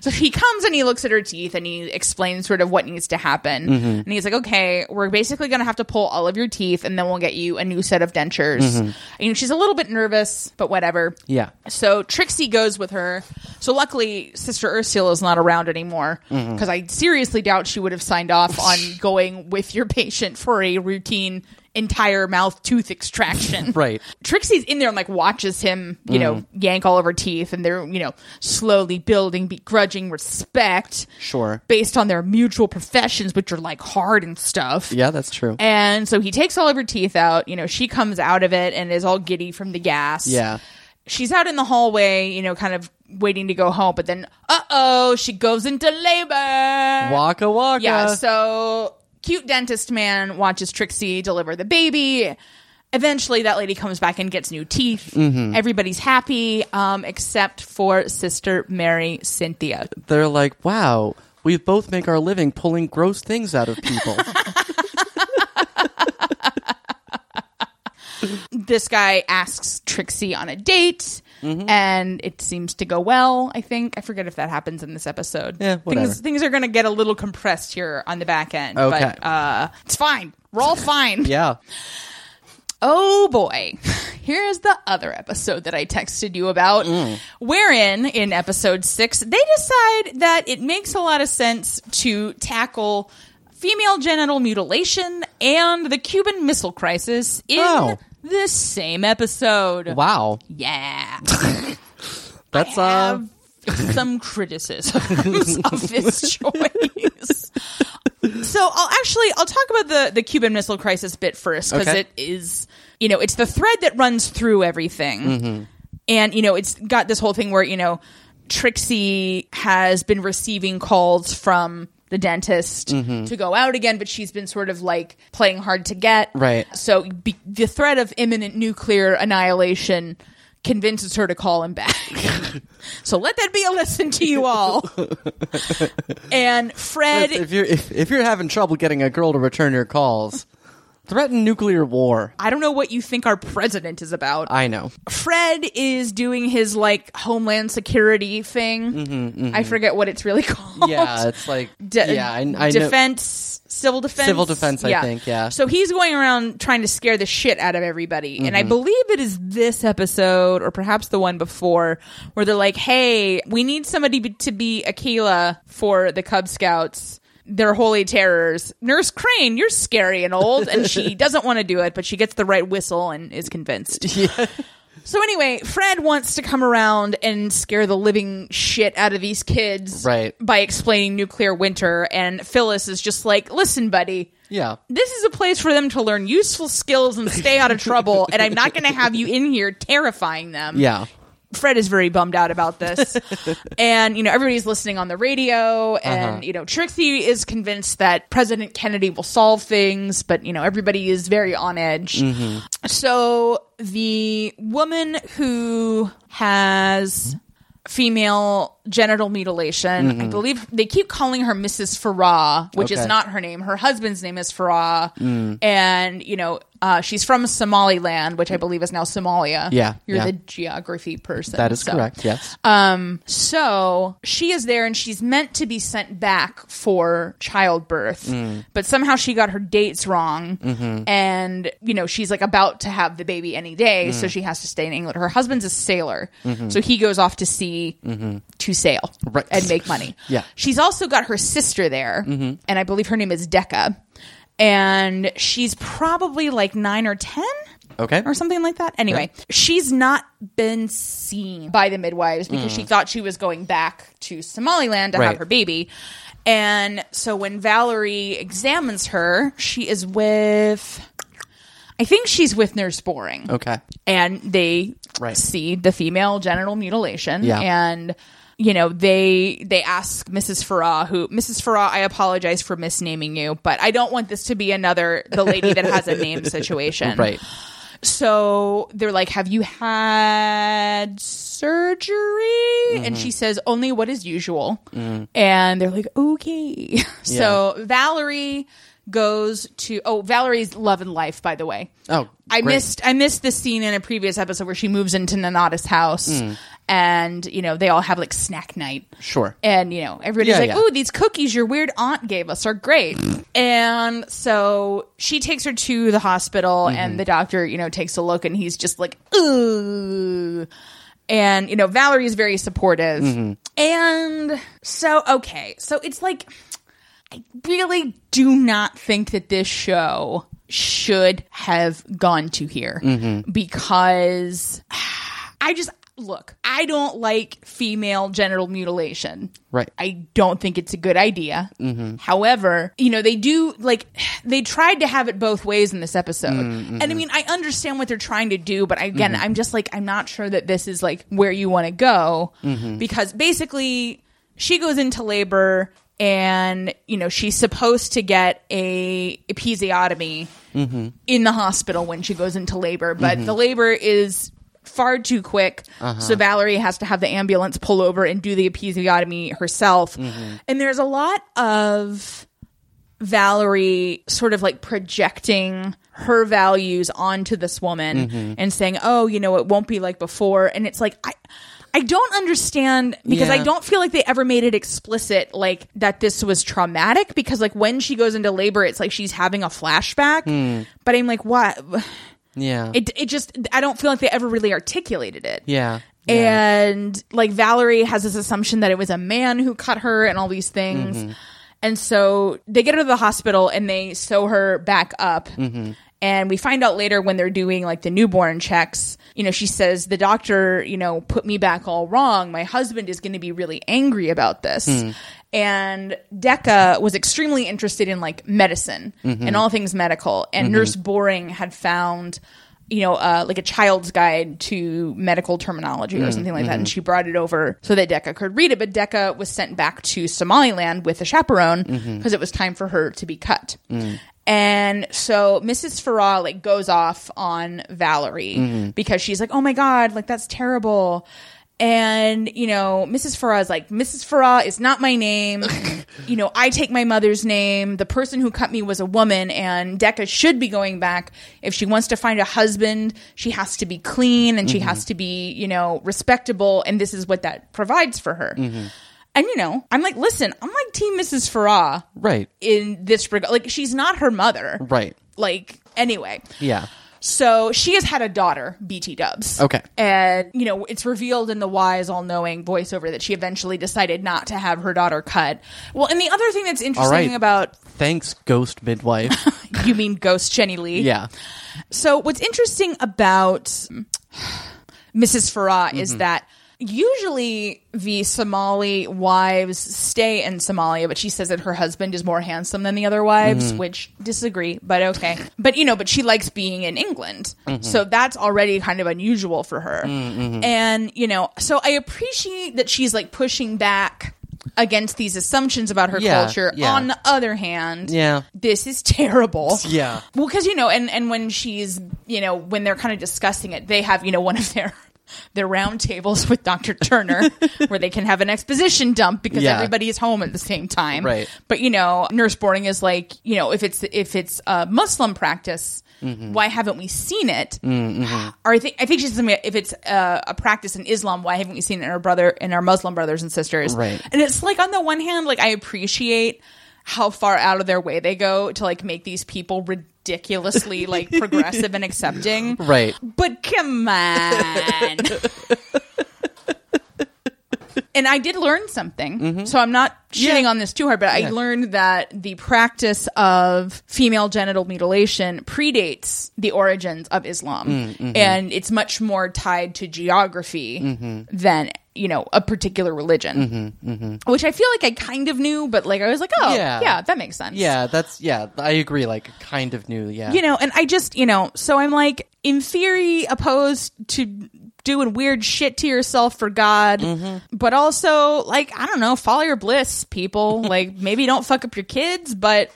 Speaker 2: so he comes and he looks at her teeth and he explains sort of what needs to happen.
Speaker 3: Mm-hmm.
Speaker 2: And he's like, okay, we're basically going to have to pull all of your teeth and then we'll get you a new set of dentures. And you know, she's a little bit nervous, but whatever.
Speaker 3: Mm-hmm. Yeah.
Speaker 2: So Trixie goes with her. So luckily, Sister Ursula is not around anymore because
Speaker 3: Mm-hmm.
Speaker 2: I seriously doubt she would have signed off on going with your patient for a routine entire mouth tooth extraction.
Speaker 3: Right.
Speaker 2: Trixie's in there and like watches him, you know,
Speaker 3: Mm-hmm.
Speaker 2: yank all of her teeth, and they're you know slowly building begrudging respect
Speaker 3: Sure.
Speaker 2: based on their mutual professions, which are like hard and stuff.
Speaker 3: Yeah, that's true.
Speaker 2: And so he takes all of her teeth out. You know, she comes out of it and is all giddy from the gas.
Speaker 3: Yeah.
Speaker 2: She's out in the hallway, you know, kind of waiting to go home, but then, uh oh, she goes into labor.
Speaker 3: Waka waka.
Speaker 2: Yeah, so cute dentist man watches Trixie deliver the baby. Eventually, that lady comes back and gets new teeth.
Speaker 3: Mm-hmm.
Speaker 2: Everybody's happy, um, except for Sister Mary Cynthia.
Speaker 3: They're like, wow, we both make our living pulling gross things out of people.
Speaker 2: This guy asks Trixie on a date,
Speaker 3: Mm-hmm.
Speaker 2: and it seems to go well. I think I forget if that happens in this episode.
Speaker 3: Yeah, whatever.
Speaker 2: things things are going to get a little compressed here on the back end.
Speaker 3: Okay.
Speaker 2: but uh, it's fine. We're all fine.
Speaker 3: yeah.
Speaker 2: Oh boy. Here's the other episode that I texted you about, wherein in episode six, they decide that it makes a lot of sense to tackle female genital mutilation and the Cuban Missile Crisis in
Speaker 3: Oh.
Speaker 2: this same episode.
Speaker 3: Wow.
Speaker 2: Yeah.
Speaker 3: That's uh
Speaker 2: Have some criticisms of this choice. So I'll actually I'll talk about the the Cuban Missile Crisis bit first because
Speaker 3: Okay.
Speaker 2: it is you know it's the thread that runs through everything,
Speaker 3: Mm-hmm.
Speaker 2: and you know it's got this whole thing where you know Trixie has been receiving calls from the dentist
Speaker 3: Mm-hmm.
Speaker 2: to go out again, but she's been sort of like playing hard to get.
Speaker 3: Right.
Speaker 2: So be- the threat of imminent nuclear annihilation convinces her to call him back. so let that be a lesson to you all. and Fred
Speaker 3: if you're if, if you're having trouble getting a girl to return your calls, threaten nuclear war.
Speaker 2: I don't know what you think our president is about.
Speaker 3: I know.
Speaker 2: Fred is doing his like homeland security thing. I forget what it's really called.
Speaker 3: Yeah, it's like
Speaker 2: De-
Speaker 3: yeah, I, I know.
Speaker 2: defense, civil defense,
Speaker 3: Civil defense, I think, yeah.
Speaker 2: So he's going around trying to scare the shit out of everybody, and
Speaker 3: Mm-hmm.
Speaker 2: I believe it is this episode or perhaps the one before where they're like, "Hey, we need somebody be- to be Akela for the Cub Scouts." They're holy terrors. Nurse Crane, you're scary and old, and she doesn't want to do it, but she gets the right whistle and is convinced. So anyway, Fred wants to come around and scare the living shit out of these kids
Speaker 3: Right.
Speaker 2: by explaining nuclear winter and Phyllis is just like, "Listen, buddy,
Speaker 3: Yeah.
Speaker 2: this is a place for them to learn useful skills and stay out of trouble, and I'm not going to have you in here terrifying them."
Speaker 3: Yeah.
Speaker 2: Fred is very bummed out about this. and, you know, everybody's listening on the radio.
Speaker 3: Uh-huh.
Speaker 2: And, you know, Trixie is convinced that President Kennedy will solve things, but, you know, everybody is very on edge.
Speaker 3: Mm-hmm.
Speaker 2: So the woman who has female genital mutilation. I believe they keep calling her Mrs. Farah, which is
Speaker 3: Mm-hmm. Okay. Mm.
Speaker 2: not her name. Her husband's name is Farah, and you know uh, she's from Somaliland, which I believe is now Somalia.
Speaker 3: Mm. Yeah,
Speaker 2: you're
Speaker 3: yeah.
Speaker 2: the geography person.
Speaker 3: That is
Speaker 2: so. uh,
Speaker 3: correct. Yes.
Speaker 2: So she is there and she's meant to be sent back for childbirth,
Speaker 3: Mm.
Speaker 2: but somehow she got her dates wrong.
Speaker 3: Mm-hmm.
Speaker 2: And, you know, she's like about to have the baby any day,
Speaker 3: Mm.
Speaker 2: so she has to stay in England. Her husband's a sailor, so he goes off to sea to sail
Speaker 3: Mm-hmm. Right.
Speaker 2: and make money.
Speaker 3: Yeah. Mm-hmm.
Speaker 2: She's also got her sister there, and I believe her name is Decca. And she's probably like nine or 10
Speaker 3: okay.
Speaker 2: or something like that. Anyway, she's not been seen by the midwives because she thought she was going back to Somaliland to have
Speaker 3: Mm. Right.
Speaker 2: her baby. And so when Valerie examines her, she is with I think she's with Nurse Boring.
Speaker 3: Okay.
Speaker 2: And they
Speaker 3: Right.
Speaker 2: see the female genital mutilation
Speaker 3: Yeah.
Speaker 2: and you know they they ask Mrs. Farah who Mrs. Farah I apologize for misnaming you but I don't want this to be another the lady that has a name situation
Speaker 3: Right.
Speaker 2: so they're like, Have you had surgery? And she says, Only what is usual. And they're like, Okay. So Valerie goes to oh Valerie's love and life by the way
Speaker 3: Oh,
Speaker 2: I
Speaker 3: great.
Speaker 2: missed I missed this scene in a previous episode where she moves into Nanada's house and you know they all have like snack night
Speaker 3: Sure.
Speaker 2: and you know everybody's
Speaker 3: Yeah,
Speaker 2: like
Speaker 3: yeah.
Speaker 2: oh these cookies your weird aunt gave us are great and so she takes her to the hospital and the doctor you know takes a look and he's just like ooh and you know valerie is very supportive
Speaker 3: Mm-hmm.
Speaker 2: and so okay so it's like i really do not think that this show should have gone to here because I just look, I don't like female genital mutilation.
Speaker 3: Right.
Speaker 2: I don't think it's a good idea. However, you know, they do like they tried to have it both ways in this episode. And I mean, I understand what they're trying to do, but again, I'm just like I'm not sure that this is like where you want to go because basically she goes into labor and you know she's supposed to get a episiotomy in the hospital when she goes into labor but the labor is far too quick so valerie has to have the ambulance pull over and do the episiotomy herself and there's a lot of Valerie sort of like projecting her values onto this woman and saying, "Oh, you know, it won't be like before." And it's like I I don't understand because I
Speaker 3: Yeah.
Speaker 2: don't feel like they ever made it explicit like that this was traumatic because like when she goes into labor, it's like she's having a flashback. But I'm like, "What?"
Speaker 3: Yeah.
Speaker 2: It it just I don't feel like they ever really articulated it.
Speaker 3: yeah. Yeah.
Speaker 2: And like Valerie has this assumption that it was a man who cut her and all these things. And so they get her to the hospital and they sew her back up. And we find out later when they're doing like the newborn checks, you know, she says, the doctor, you know, put me back all wrong. My husband is going to be really angry about this. And Decca was extremely interested in like medicine and all things medical. And Nurse Boring had found you know, uh, like a child's guide to medical terminology or something like that. And she brought it over so that Decca could read it. But Decca was sent back to Somaliland with a chaperone because it was time for her to be cut. And so Mrs. Farah like goes off on Valerie because she's like, oh my God, like that's terrible. And, you know, Mrs. Farah is like, Mrs. Farah is not my name. you know, I take my mother's name. The person who cut me was a woman, and Decca should be going back. If she wants to find a husband, she has to be clean and she has to be, you know, respectable. And this is what that provides for her. And, you know, I'm like, listen, I'm like Team Mrs. Farah
Speaker 3: Right.
Speaker 2: in this regard. Like, she's not her mother.
Speaker 3: Right.
Speaker 2: Like, anyway.
Speaker 3: Yeah.
Speaker 2: So she has had a daughter, BT Dubs.
Speaker 3: Okay.
Speaker 2: And, you know, it's revealed in the wise, all knowing voiceover that she eventually decided not to have her daughter cut. Well, and the other thing that's interesting
Speaker 3: right.
Speaker 2: about,
Speaker 3: Thanks, ghost midwife.
Speaker 2: you mean Ghost Jenny Lee?
Speaker 3: yeah.
Speaker 2: So what's interesting about Mrs. Farah
Speaker 3: Mm-hmm.
Speaker 2: is that usually the Somali wives stay in Somalia, but she says that her husband is more handsome than the other wives,
Speaker 3: Mm-hmm.
Speaker 2: which disagree, but okay. But you know, but she likes being in England.
Speaker 3: Mm-hmm.
Speaker 2: So that's already kind of unusual for her. And, you know, so I appreciate that she's like pushing back against these assumptions about her
Speaker 3: Yeah,
Speaker 2: culture.
Speaker 3: yeah.
Speaker 2: On the other hand,
Speaker 3: Yeah.
Speaker 2: this is terrible.
Speaker 3: Yeah.
Speaker 2: Well, because you know, and and when she's you know when they're kind of discussing it, they have you know one of their their round tables with Dr. Turner where they can have an exposition dump because
Speaker 3: Yeah.
Speaker 2: everybody is home at the same time.
Speaker 3: Right.
Speaker 2: But you know, nurse boarding is like, you know, if it's if it's a Muslim practice,
Speaker 3: Mm-hmm.
Speaker 2: why haven't we seen it? Or I think I think she's something if it's uh, a, a practice in Islam, why haven't we seen it in our brother in our Muslim brothers and sisters?
Speaker 3: Right.
Speaker 2: And it's like on the one hand, like I appreciate how far out of their way they go to like make these people ridiculously like progressive and accepting.
Speaker 3: Right.
Speaker 2: But come on. and I did learn something. So I'm not shitting
Speaker 3: Mm-hmm. Yeah.
Speaker 2: on this too hard, but I
Speaker 3: Yeah.
Speaker 2: learned that the practice of female genital mutilation predates the origins of Islam.
Speaker 3: Mm, mm-hmm.
Speaker 2: And it's much more tied to geography
Speaker 3: Mm-hmm.
Speaker 2: than, you know, a particular religion. Which I feel like I kind of knew, but like I was like, oh, yeah,
Speaker 3: Yeah.
Speaker 2: that makes sense.
Speaker 3: Yeah, that's yeah. I agree. Like, kind of new. Yeah,
Speaker 2: You know, and I just, you know, so I'm like, in theory, opposed to doing weird shit to yourself for God,
Speaker 3: Mm-hmm.
Speaker 2: but also, like, I don't know, follow your bliss, people. like, maybe don't fuck up your kids, but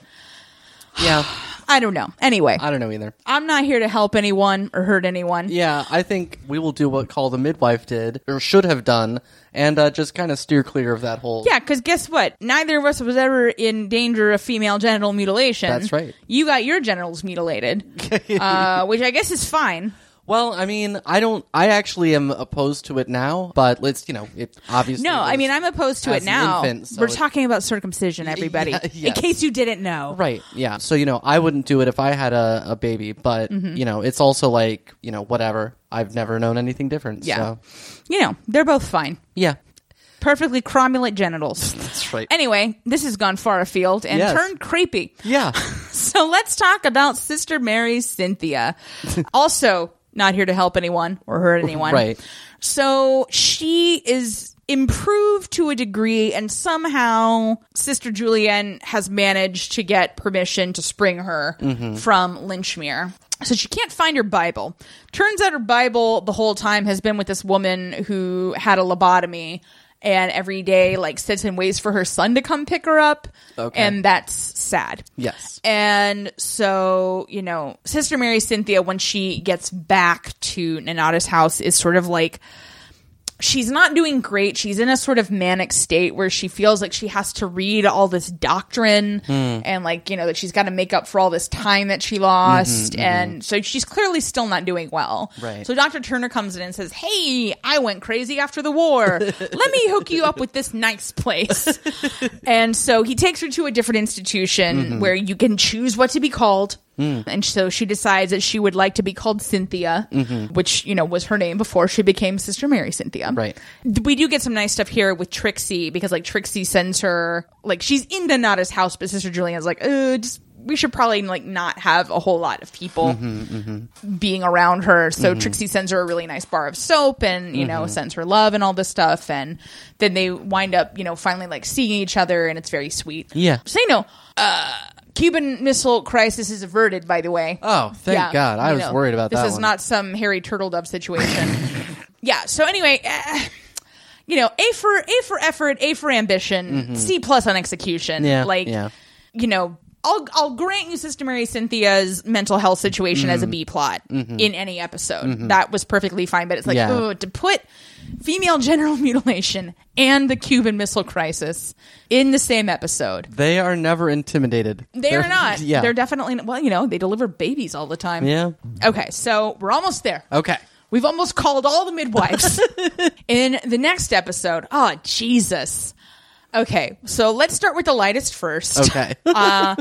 Speaker 3: yeah.
Speaker 2: I don't know. Anyway,
Speaker 3: I don't know either.
Speaker 2: I'm not here to help anyone or hurt anyone.
Speaker 3: Yeah, I think we will do what Call the Midwife did or should have done, and uh, just kind of steer clear of that whole.
Speaker 2: Yeah, because guess what? Neither of us was ever in danger of female genital mutilation.
Speaker 3: That's right.
Speaker 2: You got your genitals mutilated, uh, which I guess is fine.
Speaker 3: Well, I mean, I don't. I actually am opposed to it now, but let's you know, it obviously.
Speaker 2: No, I
Speaker 3: was-
Speaker 2: mean I'm opposed to
Speaker 3: as
Speaker 2: it
Speaker 3: an
Speaker 2: now.
Speaker 3: infant, so
Speaker 2: We're
Speaker 3: it-
Speaker 2: talking about circumcision, everybody.
Speaker 3: yeah, yes.
Speaker 2: In case you didn't know,
Speaker 3: Right. Yeah. So you know, I wouldn't do it if I had a, a baby, but
Speaker 2: Mm-hmm.
Speaker 3: you know, it's also like you know, whatever. I've never known anything different.
Speaker 2: Yeah.
Speaker 3: So.
Speaker 2: You know they're both fine,
Speaker 3: Yeah.
Speaker 2: perfectly cromulent genitals.
Speaker 3: That's right.
Speaker 2: anyway, this has gone far afield and
Speaker 3: Yes.
Speaker 2: turned creepy.
Speaker 3: yeah.
Speaker 2: So let's talk about Sister Mary Cynthia. also, not here to help anyone or hurt anyone.
Speaker 3: Right.
Speaker 2: So she is improved to a degree, and somehow Sister Julianne has managed to get permission to spring her
Speaker 3: Mm-hmm.
Speaker 2: from Lynchmere. So she can't find her Bible. Turns out her Bible the whole time has been with this woman who had a lobotomy and every day like sits and waits for her son to come pick her up.
Speaker 3: Okay.
Speaker 2: And that's sad.
Speaker 3: Yes.
Speaker 2: And so, you know, Sister Mary Cynthia, when she gets back to Nanada's house, is sort of like she's not doing great. She's in a sort of manic state where she feels like she has to read all this doctrine
Speaker 3: Hmm.
Speaker 2: and, like, you know, that she's got to make up for all this time that she lost. and so she's clearly still not doing well.
Speaker 3: Mm-hmm, Right.
Speaker 2: So Dr. Turner comes in and says, Hey, I went crazy after the war. Let me hook you up with this nice place. And so he takes her to a different institution where you can choose what to be called. And so she decides that she would like to be called Cynthia, which, you know, was her name before she became Sister Mary Cynthia.
Speaker 3: Right.
Speaker 2: We do get some nice stuff here with Trixie because, like, Trixie sends her, like, she's in Donata's house, but Sister Julianne's like, uh, just. We should probably like not have a whole lot of people being around her. So
Speaker 3: Mm-hmm.
Speaker 2: Trixie sends her a really nice bar of soap and, you know, sends her love and all this stuff. And then they wind up, you know, finally like seeing each other and it's very sweet.
Speaker 3: Yeah.
Speaker 2: So, you know, uh, Cuban Missile Crisis is averted, by the way.
Speaker 3: Oh, thank
Speaker 2: Yeah,
Speaker 3: God! I
Speaker 2: you
Speaker 3: was
Speaker 2: know,
Speaker 3: worried about
Speaker 2: this
Speaker 3: that.
Speaker 2: is
Speaker 3: one.
Speaker 2: not some hairy turtle dove situation. yeah. So anyway, uh, you know, A for A for effort, A for ambition, C plus on execution.
Speaker 3: Mm-hmm. Yeah,
Speaker 2: Like,
Speaker 3: yeah.
Speaker 2: you know, I'll I'll grant you Sister Mary Cynthia's mental health situation as a
Speaker 3: Mm-hmm.
Speaker 2: B plot in any episode. That was perfectly fine. But it's like,
Speaker 3: Yeah.
Speaker 2: oh, to put female genital mutilation and the Cuban Missile Crisis in the same episode.
Speaker 3: They are never intimidated.
Speaker 2: They are
Speaker 3: They're-
Speaker 2: not.
Speaker 3: Yeah.
Speaker 2: They're definitely well, you know, they deliver babies all the time.
Speaker 3: yeah.
Speaker 2: Okay, so we're almost there.
Speaker 3: Okay.
Speaker 2: We've almost called all the midwives in the next episode. Oh, Jesus. Okay, so let's start with the lightest first.
Speaker 3: Okay.
Speaker 2: Uh,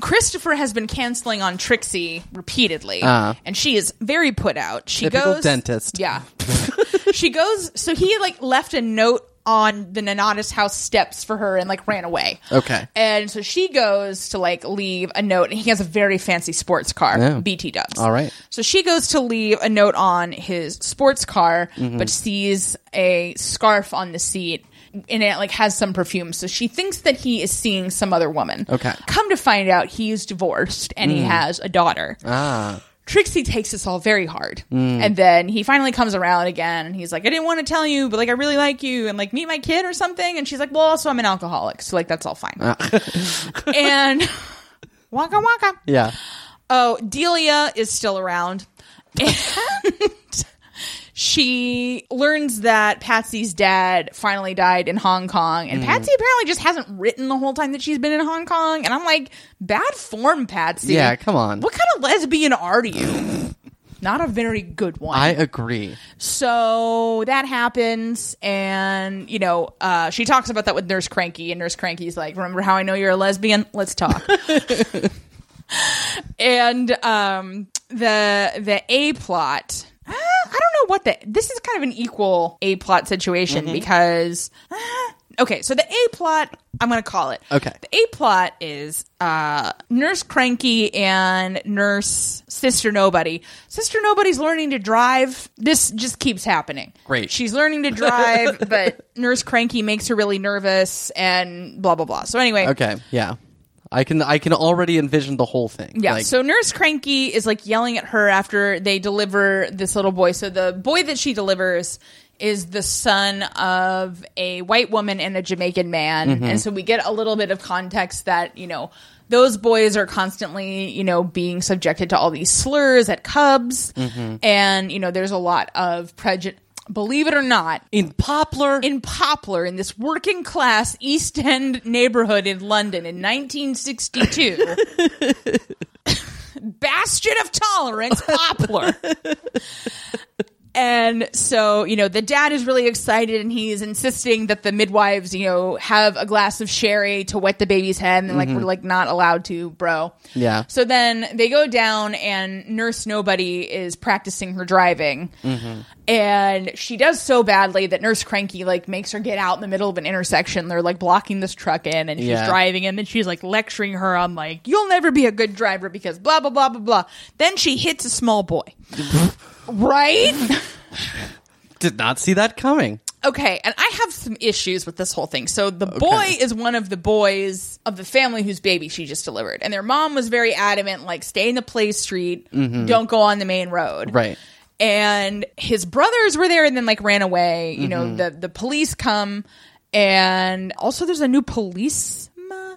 Speaker 2: Christopher has been canceling on Trixie repeatedly,
Speaker 3: Uh-huh.
Speaker 2: and she is very put out. She
Speaker 3: Typical
Speaker 2: goes
Speaker 3: dentist.
Speaker 2: Yeah, she goes. So he like left a note on the Nanada's house steps for her and like ran away.
Speaker 3: Okay.
Speaker 2: and so she goes to like leave a note, and he has a very fancy sports car,
Speaker 3: Yeah.
Speaker 2: BT Dubs.
Speaker 3: Oh. All right.
Speaker 2: So she goes to leave a note on his sports car,
Speaker 3: Mm-hmm.
Speaker 2: but sees a scarf on the seat and it like has some perfume. So she thinks that he is seeing some other woman.
Speaker 3: Okay. Mm.
Speaker 2: Come to find out he is divorced and he has a daughter.
Speaker 3: ah. Mm.
Speaker 2: Trixie takes this all very hard. And then he finally comes around again and he's like, I didn't want to tell you, but like, I really like you and like, meet my kid or something. And she's like, Well, also, I'm an alcoholic. So like, that's all fine.
Speaker 3: Ah.
Speaker 2: and waka waka.
Speaker 3: Yeah.
Speaker 2: Oh, Delia is still around. And she learns that Patsy's dad finally died in Hong Kong,
Speaker 3: Mm.
Speaker 2: and Patsy apparently just hasn't written the whole time that she's been in Hong Kong. And I'm like, bad form, Patsy.
Speaker 3: Yeah, come on.
Speaker 2: What kind of lesbian are you? Not a very good one.
Speaker 3: I agree.
Speaker 2: So that happens, and you know, uh, she talks about that with Nurse Cranky, and Nurse Cranky's like, "Remember how I know you're a lesbian? Let's talk." and um, the the a plot. Uh, I don't know what the this is kind of an equal a plot situation because uh, okay, so the a plot I'm going to call it
Speaker 3: Okay.
Speaker 2: The a plot is uh, Nurse Cranky and Nurse Sister Nobody. Sister Nobody's learning to drive. This just keeps happening.
Speaker 3: Great.
Speaker 2: She's learning to drive, but Nurse Cranky makes her really nervous and blah blah blah. So anyway,
Speaker 3: Okay. Yeah. I can I can already envision the whole thing.
Speaker 2: Yeah.
Speaker 3: Like,
Speaker 2: so Nurse Cranky is like yelling at her after they deliver this little boy. So the boy that she delivers is the son of a white woman and a Jamaican man. And so we get a little bit of context that, you know, those boys are constantly, you know, being subjected to all these slurs at Cubs. And, you know, there's a lot of prejudice. Believe it or not,
Speaker 3: in Poplar.
Speaker 2: in Poplar, in this working class East End neighborhood in London in 1962. Bastion of tolerance, Poplar. and so, you know, the dad is really excited and he's insisting that the midwives, you know, have a glass of sherry to wet the baby's head. And they're like, we're like not allowed to, bro.
Speaker 3: yeah.
Speaker 2: So then they go down, and Nurse Nobody is practicing her driving, and she does so badly that Nurse Cranky like makes her get out in the middle of an intersection. They're like blocking this truck in, and she's
Speaker 3: Yeah.
Speaker 2: driving, and then she's like lecturing her on like you'll never be a good driver because blah blah blah blah blah. Then she hits a small boy, right?
Speaker 3: Did not see that coming.
Speaker 2: Okay, and I have some issues with this whole thing. So the boy is one of the boys of the family whose baby she just delivered, and their mom was very adamant, like stay in the play street, don't go on the main road.
Speaker 3: Mm-hmm. Right.
Speaker 2: And his brothers were there, and then like ran away. You
Speaker 3: Mm-hmm.
Speaker 2: know, the the police come, and also there's a new policeman.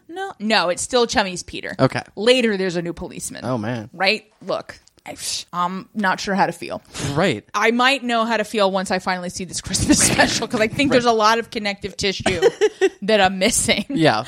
Speaker 2: No, no, it's still Chummy's Peter.
Speaker 3: Okay.
Speaker 2: Later, there's a new policeman.
Speaker 3: Oh man.
Speaker 2: Right. Look, I- I'm not sure how to feel.
Speaker 3: Right.
Speaker 2: I might know how to feel once I finally see this Christmas special because I think there's a lot of connective tissue that I'm missing.
Speaker 3: Yeah.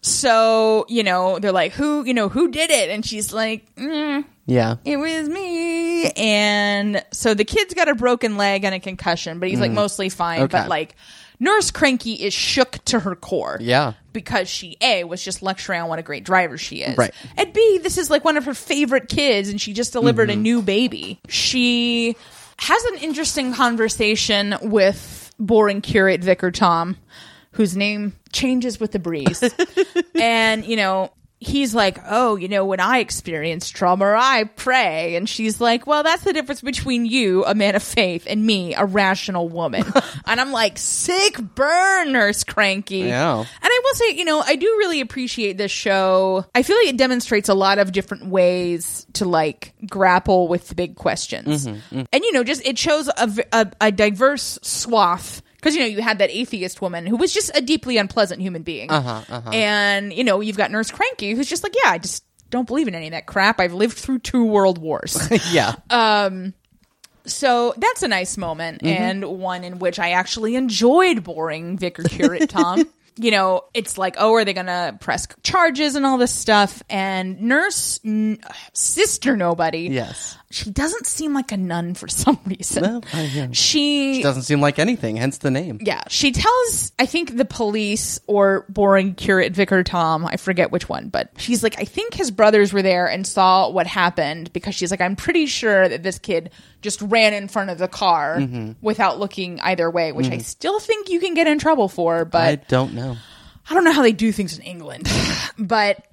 Speaker 2: So you know, they're like, "Who, you know, who did it?" And she's like, mm,
Speaker 3: Yeah.
Speaker 2: "It was me." And so the kid's got a broken leg and a concussion, but he's like mostly fine. But
Speaker 3: Mm. Okay.
Speaker 2: like, Nurse Cranky is shook to her core.
Speaker 3: Yeah.
Speaker 2: Because she a was just lecturing on what a great driver she is,
Speaker 3: Right.
Speaker 2: And b this is like one of her favorite kids, and she just delivered
Speaker 3: Mm-hmm.
Speaker 2: a new baby. She has an interesting conversation with boring curate vicar Tom, whose name changes with the breeze, and you know. He's like, oh, you know, when I experience trauma, I pray. And she's like, well, that's the difference between you, a man of faith, and me, a rational woman. and I'm like, sick burn, Nurse Cranky.
Speaker 3: Yeah.
Speaker 2: And I will say, you know, I do really appreciate this show. I feel like it demonstrates a lot of different ways to like grapple with the big questions. And, you know, just it shows a, v- a- a diverse swath. Because, you know, you had that atheist woman who was just a deeply unpleasant human being. And, you know, you've got Nurse Cranky who's just like, yeah, I just don't believe in any of that crap. I've lived through two world wars.
Speaker 3: Yeah.
Speaker 2: uh, so that's a nice moment
Speaker 3: Mm-hmm.
Speaker 2: and one in which I actually enjoyed boring Vicar Curate Tom. you know, it's like, oh, are they going to press charges and all this stuff? And Nurse n- Sister Nobody,
Speaker 3: yes.
Speaker 2: she doesn't seem like a nun for some reason.
Speaker 3: Well, I, yeah.
Speaker 2: she
Speaker 3: Doesn't seem like anything. Hence the name.
Speaker 2: yeah, she tells I think the police or boring curate Vicar Tom, I forget which one, but she's like, I think his brothers were there and saw what happened because she's like, I'm pretty sure that this kid just ran in front of the car without looking either way, which I still think you can get in trouble for, but
Speaker 3: I don't know.
Speaker 2: I don't know how they do things in England, but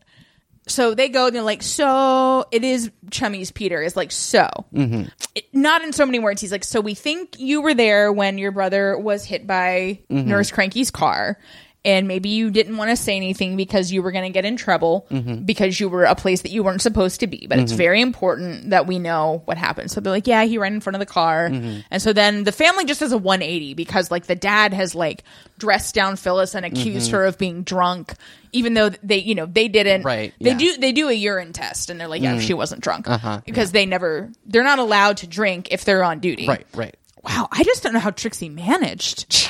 Speaker 2: so they go and they're like, so it is Chummies Peter is like, so It- not in so many words. He's like,
Speaker 3: Mm-hmm.
Speaker 2: so we think you were there when your brother was hit by Nurse Cranky's car. and maybe you didn't want to say anything because you were going to get in trouble
Speaker 3: Mm-hmm.
Speaker 2: because you were a place that you weren't supposed to be. But it's very important that we know what happened. So they're like, yeah, he ran in front of the car.
Speaker 3: Mm-hmm.
Speaker 2: And so then the family just does a 180 because like the dad has like dressed down Phyllis and accused
Speaker 3: Mm-hmm.
Speaker 2: her of being drunk, even though they, you know, they didn't.
Speaker 3: Right,
Speaker 2: They
Speaker 3: yeah.
Speaker 2: do, they do a urine test and they're like,
Speaker 3: Mm.
Speaker 2: yeah, she wasn't drunk
Speaker 3: Uh-huh,
Speaker 2: because they never, they're not allowed to drink if they're on duty.
Speaker 3: Right, right.
Speaker 2: Wow, I just don't know how Trixie managed.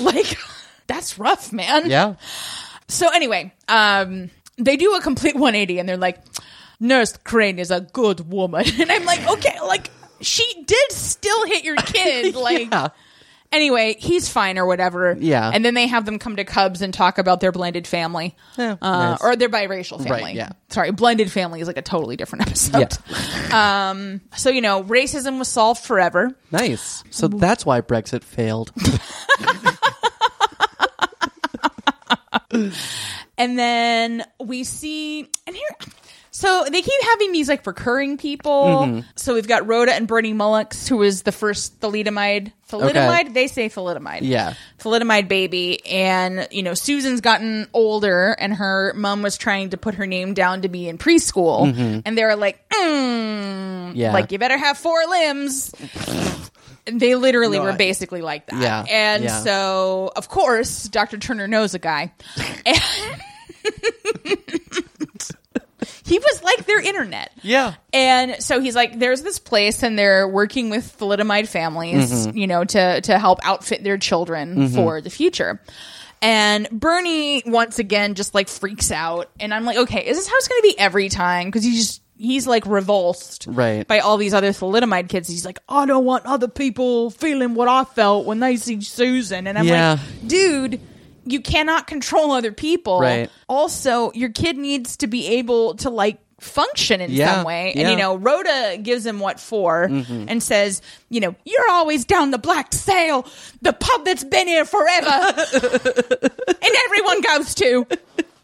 Speaker 2: like, that's rough, man.
Speaker 3: Yeah.
Speaker 2: So anyway, um, they do a complete 180 and they're like, Nurse Crane is a good woman. And I'm like, okay, like, she did still hit your kid. Like,
Speaker 3: Yeah.
Speaker 2: anyway, he's fine or whatever.
Speaker 3: Yeah.
Speaker 2: And then they have them come to Cubs and talk about their blended family.
Speaker 3: Yeah,
Speaker 2: uh,
Speaker 3: nice.
Speaker 2: Or their biracial family.
Speaker 3: Right, yeah.
Speaker 2: Sorry, blended family is like a totally different episode. Um, so, you know, racism was solved forever.
Speaker 3: Nice. So that's why Brexit failed.
Speaker 2: And then we see, and here, so they keep having these like recurring people.
Speaker 3: Mm-hmm.
Speaker 2: So we've got Rhoda and Bernie Mullocks, who was the first thalidomide. Thalidomide? They say thalidomide.
Speaker 3: Yeah.
Speaker 2: Thalidomide baby. And, you know, Susan's gotten older and her mom was trying to put her name down to be in preschool. And they're like, mm,
Speaker 3: Mm-hmm. Yeah.
Speaker 2: like you better have four limbs. And they literally
Speaker 3: No,
Speaker 2: were
Speaker 3: I-
Speaker 2: basically like that.
Speaker 3: Yeah,
Speaker 2: And
Speaker 3: yeah.
Speaker 2: so, of course, Dr. Turner knows a guy. And- he was like their internet.
Speaker 3: Yeah.
Speaker 2: And so he's like, there's this place, and they're working with thalidomide families,
Speaker 3: Mm-hmm.
Speaker 2: you know, to to help outfit their children for the future. And Bernie once again just like freaks out, and I'm like, okay, is this how it's going to be every time? Because he's just he's like revulsed
Speaker 3: Right.
Speaker 2: by all these other thalidomide kids. He's like, I don't want other people feeling what I felt when they see Susan, and I'm
Speaker 3: Yeah.
Speaker 2: like, dude. You cannot control other people.
Speaker 3: Right.
Speaker 2: Also, your kid needs to be able to like function in
Speaker 3: Yeah,
Speaker 2: some way. And you
Speaker 3: yeah. Mm-hmm.
Speaker 2: know, Rhoda gives him what for and says, you know, you're always down the black sale, the pub that's been here forever, and everyone goes to.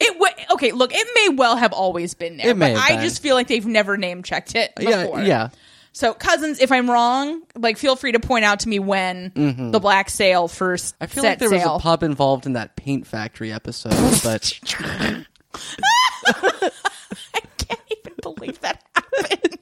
Speaker 2: It wa okay. Look, it may well have always been there,
Speaker 3: It may
Speaker 2: but
Speaker 3: have
Speaker 2: I
Speaker 3: been.
Speaker 2: just feel like they've never name checked it
Speaker 3: Yeah,
Speaker 2: before.
Speaker 3: yeah.
Speaker 2: So, cousins, if I'm wrong, like feel free to point out to me when the black sale first
Speaker 3: Mm-hmm. I feel
Speaker 2: set
Speaker 3: like there
Speaker 2: sail.
Speaker 3: was a pub involved in that paint factory episode, but
Speaker 2: can't even believe that happened.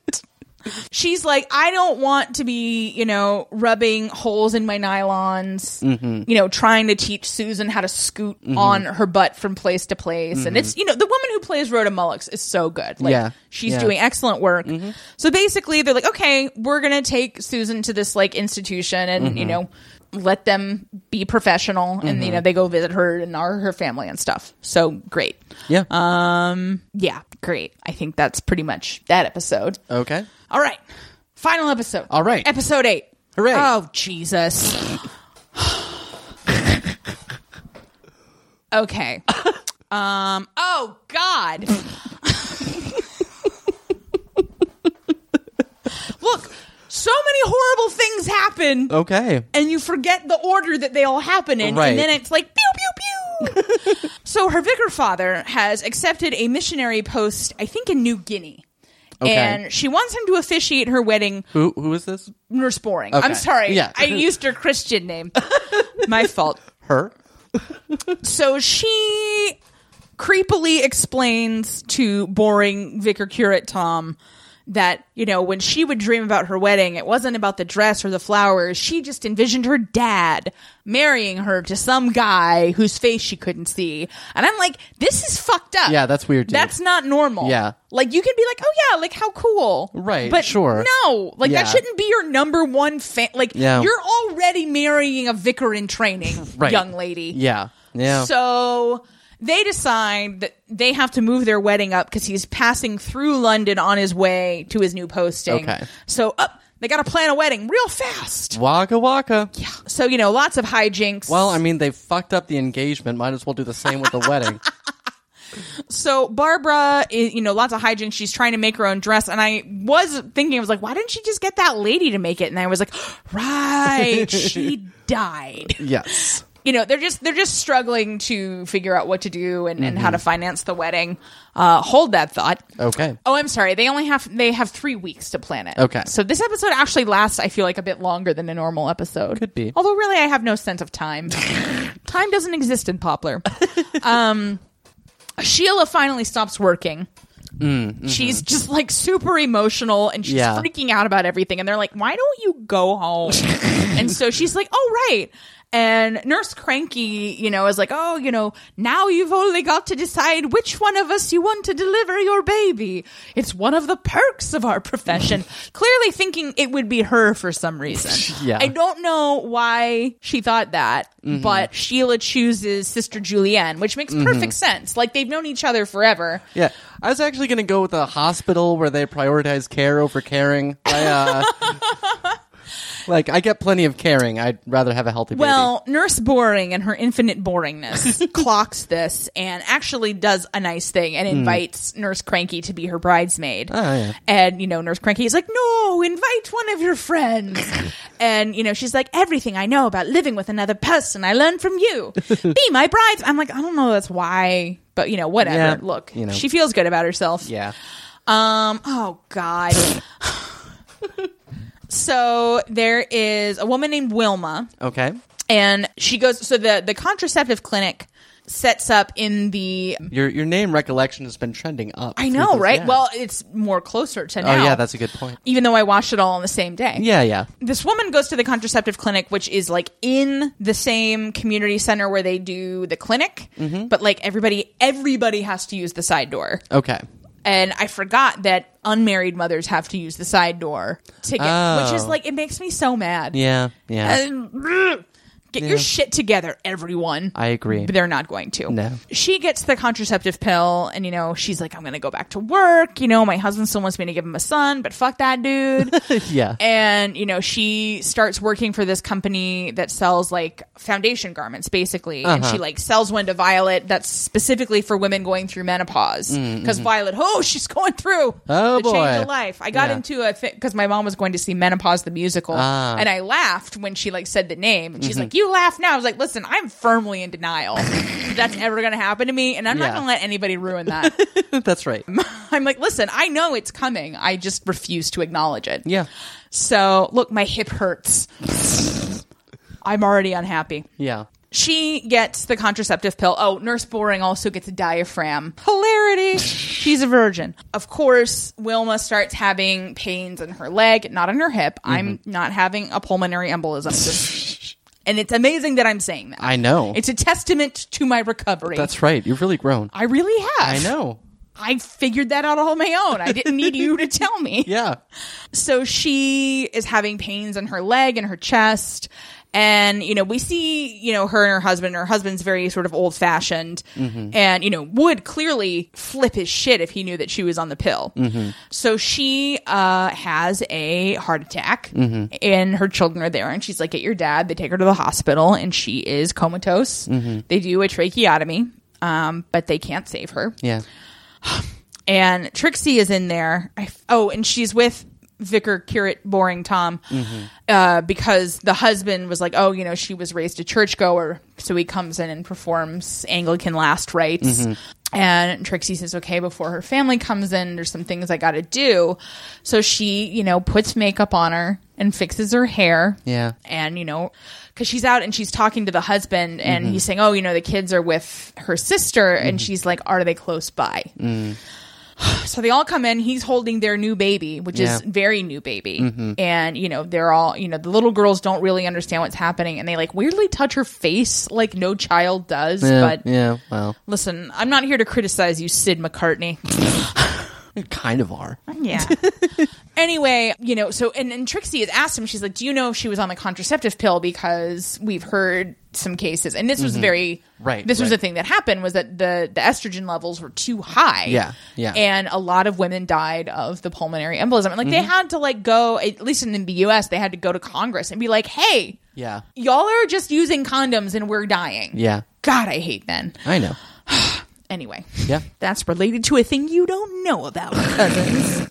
Speaker 2: She's like, I don't want to be, you know, rubbing holes in my nylons,
Speaker 3: Mm-hmm.
Speaker 2: you know, trying to teach Susan how to scoot on her butt from place to place. And it's, you know, the woman who plays Rhoda Mullocks is so good. Like,
Speaker 3: Mm-hmm. Yeah.
Speaker 2: she's
Speaker 3: Yeah. Mm-hmm.
Speaker 2: doing excellent work. So basically, they're like, okay, we're going to take Susan to this, like, institution and,
Speaker 3: Mm-hmm.
Speaker 2: you know, let them be professional. And, you know, they go visit her and our, her family and stuff. So great.
Speaker 3: yeah.
Speaker 2: Uh, Yeah, great. I think that's pretty much that episode.
Speaker 3: okay.
Speaker 2: All right. Final episode.
Speaker 3: All right.
Speaker 2: Episode eight.
Speaker 3: Hooray.
Speaker 2: Oh, Jesus. okay. Um, oh, God. Look, so many horrible things happen,
Speaker 3: Okay.
Speaker 2: and you forget the order that they all happen in,
Speaker 3: Right.
Speaker 2: and then it's like, pew, pew, pew. So her vicar father has accepted a missionary post, I think in New Guinea.
Speaker 3: Okay.
Speaker 2: And she wants him to officiate her wedding,
Speaker 3: Who who is this?
Speaker 2: Nurse Boring.
Speaker 3: Okay.
Speaker 2: I'm sorry.
Speaker 3: Yeah.
Speaker 2: I used her Christian name. My fault.
Speaker 3: Her?
Speaker 2: So she creepily explains to boring vicar curate Tom that, you know, when she would dream about her wedding, it wasn't about the dress or the flowers. She just envisioned her dad marrying her to some guy whose face she couldn't see. And I'm like, this is fucked up.
Speaker 3: Yeah, that's weird, dude.
Speaker 2: That's not normal.
Speaker 3: Yeah.
Speaker 2: Like you can be like, oh yeah, like how cool.
Speaker 3: Right,
Speaker 2: But
Speaker 3: sure.
Speaker 2: No. Like
Speaker 3: Yeah.
Speaker 2: that shouldn't be your number one fan. Like
Speaker 3: Yeah.
Speaker 2: you're already marrying a vicar in training,
Speaker 3: Right.
Speaker 2: young lady.
Speaker 3: Yeah. Yeah.
Speaker 2: So they decide that they have to move their wedding up because he's passing through London on his way to his new posting.
Speaker 3: Okay.
Speaker 2: So up, they got to plan a wedding real fast.
Speaker 3: waka waka.
Speaker 2: So you know, lots of hijinks.
Speaker 3: Well, I mean, they fucked up the engagement. Might as well do the same with the wedding.
Speaker 2: so Barbara, is, you know, lots of hijinks. She's trying to make her own dress, and I was thinking, I was like, why didn't she just get that lady to make it? And I was like, right, she died.
Speaker 3: Yes.
Speaker 2: you know they're just they're just struggling to figure out what to do and, and
Speaker 3: Mm-hmm.
Speaker 2: how to finance the wedding. Uh, hold that thought.
Speaker 3: Okay.
Speaker 2: Oh, I'm sorry. They only have they have three weeks to plan it.
Speaker 3: Okay.
Speaker 2: So this episode actually lasts, I feel like, a bit longer than a normal episode.
Speaker 3: Could be.
Speaker 2: Although really I have no sense of time. time doesn't exist in Poplar. um Sheila finally stops working. She's just like super emotional and she's
Speaker 3: Mm, mm-hmm. Yeah.
Speaker 2: freaking out about everything. And they're like, why don't you go home? and so she's like, oh, right. And Nurse Cranky, you know, is like, oh, you know, now you've only got to decide which one of us you want to deliver your baby. It's one of the perks of our profession. Clearly thinking it would be her for some reason.
Speaker 3: Yeah.
Speaker 2: I don't know why she thought that, but Sheila chooses Sister Julianne, which makes perfect sense. Like they've known each other forever.
Speaker 3: Yeah, I was actually going to go with a hospital where they prioritize care over caring. I, uh, like, I get plenty of caring. I'd rather have a healthy baby.
Speaker 2: Well, Nurse Boring and her infinite boringness clocks this and actually does a nice thing and invites Nurse Cranky to be her bridesmaid.
Speaker 3: Hmm. Oh, yeah.
Speaker 2: And, you know, Nurse Cranky is like, no, invite one of your friends. and, you know, she's like, everything I know about living with another person, I learned from you. be my bridesmaid. I'm like, I don't know that's why, but, you know, whatever.
Speaker 3: Yeah,
Speaker 2: Look,
Speaker 3: you know.
Speaker 2: she feels good about herself.
Speaker 3: yeah,
Speaker 2: Um. Oh God. so there is a woman named Wilma,
Speaker 3: okay.
Speaker 2: and she goes. So the the contraceptive clinic sets up in the.
Speaker 3: Your your name recollection has been trending up.
Speaker 2: I
Speaker 3: through
Speaker 2: know,
Speaker 3: this-
Speaker 2: right?
Speaker 3: yeah.
Speaker 2: Well, it's more closer to
Speaker 3: oh
Speaker 2: now.
Speaker 3: yeah, that's a good point.
Speaker 2: even though I watched it all on the same day.
Speaker 3: Yeah, yeah,
Speaker 2: This woman goes to the contraceptive clinic, which is like in the same community center where they do the clinic,
Speaker 3: Mm-hmm.
Speaker 2: but like everybody, everybody has to use the side door.
Speaker 3: okay.
Speaker 2: and I forgot that unmarried mothers have to use the side door to get,
Speaker 3: Oh.
Speaker 2: which is like it makes me so mad.
Speaker 3: Yeah, yeah,
Speaker 2: And, brr, get your shit together, everyone.
Speaker 3: I agree.
Speaker 2: But they're not going to.
Speaker 3: No.
Speaker 2: She gets the contraceptive pill, and you know she's like, "I'm going to go back to work." You know, my husband still wants me to give him a son, but fuck that dude.
Speaker 3: yeah.
Speaker 2: and you know she starts working for this company that sells like foundation garments basically and
Speaker 3: Uh-huh.
Speaker 2: she like sells one to violet that's specifically for women going through menopause because violet oh she's going through
Speaker 3: Mm-hmm. Oh,
Speaker 2: the change
Speaker 3: boy.
Speaker 2: of life i got
Speaker 3: Yeah.
Speaker 2: into a thing because my mom was going to see menopause the musical
Speaker 3: Ah. Mm-hmm.
Speaker 2: and i laughed when she like said the name and she's like you laugh now i was like listen i'm firmly in denial that that's ever gonna happen to me and i'm not
Speaker 3: Yeah.
Speaker 2: gonna let anybody ruin that
Speaker 3: that's right.
Speaker 2: i'm like listen i know it's coming i just refuse to acknowledge it
Speaker 3: Yeah,
Speaker 2: so, look, my hip hurts. I'm already unhappy.
Speaker 3: yeah.
Speaker 2: She gets the contraceptive pill. Oh, Nurse Boring also gets a diaphragm. Hilarity. She's a virgin. Of course, Wilma starts having pains in her leg, not in her hip. I'm
Speaker 3: Mm-hmm.
Speaker 2: not having a pulmonary embolism. Just- and it's amazing that I'm saying that.
Speaker 3: I know.
Speaker 2: It's a testament to my recovery.
Speaker 3: that's right. You've really grown.
Speaker 2: I really have.
Speaker 3: I know.
Speaker 2: I figured that out all on my own. I didn't need you to tell me.
Speaker 3: Yeah.
Speaker 2: So she is having pains in her leg and her chest. And, you know, we see, you know, her and her husband. Her husband's very sort of old fashioned and, you know, would clearly flip his shit if he knew that she was on the pill. So she uh, has a heart attack and her children are there. And she's like, get your dad. They take her to the hospital and she is comatose. They do a tracheotomy, um, but they can't save her
Speaker 3: Yeah.
Speaker 2: and Trixie is in there. I, oh, and she's with Vicar Curate Boring Tom uh, because the husband was like, oh, you know, she was raised a churchgoer, so he comes in and performs Anglican last rites. And Trixie says, okay, before her family comes in, there's some things I got to do. So she, you know, puts makeup on her and fixes her hair
Speaker 3: Yeah.
Speaker 2: and you know because she's out and she's talking to the husband and he's saying oh you know the kids are with her sister and she's like are they close by so they all come in he's holding their new baby which is
Speaker 3: Yeah. Mm-hmm.
Speaker 2: very new baby and you know they're all you know the little girls don't really understand what's happening and they like weirdly touch her face like no child does
Speaker 3: Yeah.
Speaker 2: but
Speaker 3: yeah. Well,
Speaker 2: listen i'm not here to criticize you sid mccartney
Speaker 3: you kind of are.
Speaker 2: yeah. anyway, you know, so and, and Trixie has asked him, she's like, Do you know if she was on the contraceptive pill? Because we've heard some cases and this was very
Speaker 3: Mm-hmm. Right,
Speaker 2: This was
Speaker 3: right.
Speaker 2: the thing that happened was that the the estrogen levels were too high.
Speaker 3: Yeah, yeah.
Speaker 2: And a lot of women died of the pulmonary embolism. And like
Speaker 3: Mm-hmm.
Speaker 2: they had to like go at least in the US, they had to go to Congress and be like, Hey,
Speaker 3: Yeah.
Speaker 2: y'all are just using condoms and we're dying.
Speaker 3: Yeah.
Speaker 2: God, I hate men.
Speaker 3: I know.
Speaker 2: Anyway.
Speaker 3: Yeah.
Speaker 2: That's related to a thing you don't know about, cousins.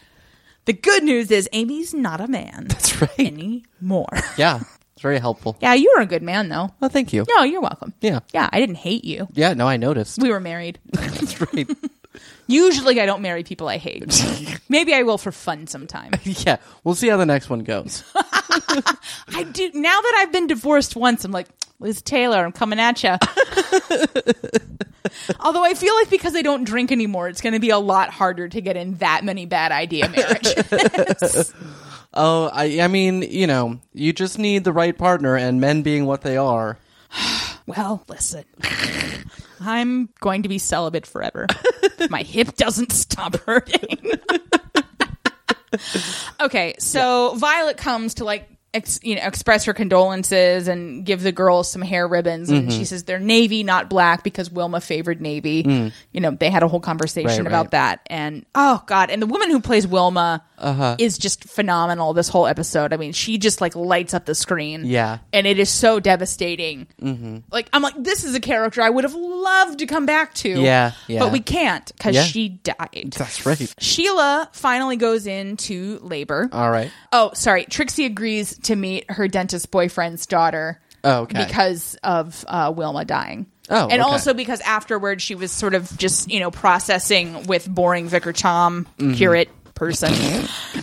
Speaker 2: the good news is Amy's not a man
Speaker 3: That's right.
Speaker 2: anymore.
Speaker 3: Yeah. That's very helpful.
Speaker 2: Yeah, you were a good man, though.
Speaker 3: Oh, thank you.
Speaker 2: No, you're welcome.
Speaker 3: Yeah.
Speaker 2: Yeah, I didn't hate you.
Speaker 3: Yeah, no, I noticed.
Speaker 2: We were married.
Speaker 3: That's right.
Speaker 2: Usually, I don't marry people I hate. Maybe I will for fun sometime.
Speaker 3: yeah, we'll see how the next one goes.
Speaker 2: I do. Now that I've been divorced once, I'm like, Liz Taylor, I'm coming at you. Although I feel like because I don't drink anymore, it's going to be a lot harder to get in that many bad idea marriages.
Speaker 3: Oh, I, I mean, you know, you just need the right partner, and men being what they are.
Speaker 2: well, listen. I'm going to be celibate forever. My hip doesn't stop hurting. okay, so Violet comes to like ex- you know express her condolences and give the girls some hair ribbons, and
Speaker 3: Mm-hmm.
Speaker 2: she says they're navy, not black, because Wilma favored navy. You know, they had a whole conversation
Speaker 3: Mm. Right,
Speaker 2: about
Speaker 3: right.
Speaker 2: that, and oh god, and the woman who plays Wilma
Speaker 3: Uh-huh.
Speaker 2: is just phenomenal. This whole episode, I mean, she just like lights up the screen.
Speaker 3: Yeah.
Speaker 2: and it is so devastating. Mm-hmm. Like I'm like, this is a character I would have loved to come back to.
Speaker 3: Yeah, yeah.
Speaker 2: but we can't because
Speaker 3: Yeah.
Speaker 2: she died.
Speaker 3: That's right.
Speaker 2: Sheila finally goes into labor.
Speaker 3: All right.
Speaker 2: oh, sorry. Trixie agrees to meet her dentist boyfriend's daughter.
Speaker 3: Oh, okay.
Speaker 2: Because of uh, Wilma dying.
Speaker 3: Oh,
Speaker 2: and
Speaker 3: okay.
Speaker 2: also because afterward she was sort of just you know processing with boring Vicar Tom curate person,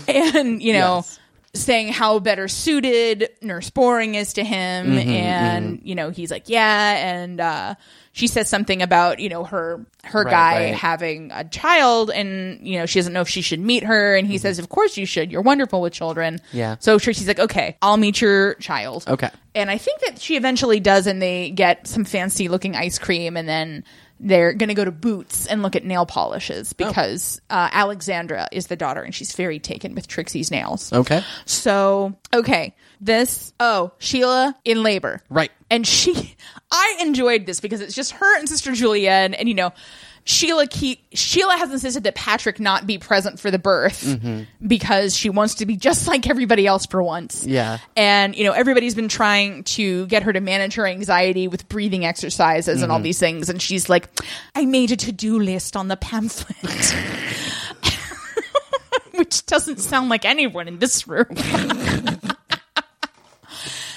Speaker 2: and you know
Speaker 3: Mm-hmm. Yes.
Speaker 2: saying how better suited Nurse Boring is to him,
Speaker 3: Mm-hmm,
Speaker 2: and you know he's like yeah, and uh, she says something about you know her her
Speaker 3: Right,
Speaker 2: guy
Speaker 3: right.
Speaker 2: having a child, and you know she doesn't know if she should meet her, and he says of course you should, you're wonderful with children,
Speaker 3: Mm-hmm. Yeah.
Speaker 2: So Trixie's like okay, I'll meet your child,
Speaker 3: Okay.
Speaker 2: and I think that she eventually does, and they get some fancy looking ice cream, and then they're going to go to Boots and look at nail polishes because uh, Alexandra is the daughter, and she's very taken with Trixie's nails.
Speaker 3: Okay.
Speaker 2: So, okay, this, oh, Sheila in labor.
Speaker 3: Right.
Speaker 2: And she, I enjoyed this because it's just her and Sister Julianne, and you know, Sheila keep, Sheila has insisted that Patrick not be present for the birth
Speaker 3: Mm-hmm.
Speaker 2: because she wants to be just like everybody else for once.
Speaker 3: Yeah.
Speaker 2: And, you know, everybody's been trying to get her to manage her anxiety with breathing exercises and all
Speaker 3: Mm-hmm.
Speaker 2: these things. And she's like, I made a to do list on the pamphlet. Which doesn't sound like anyone in this room.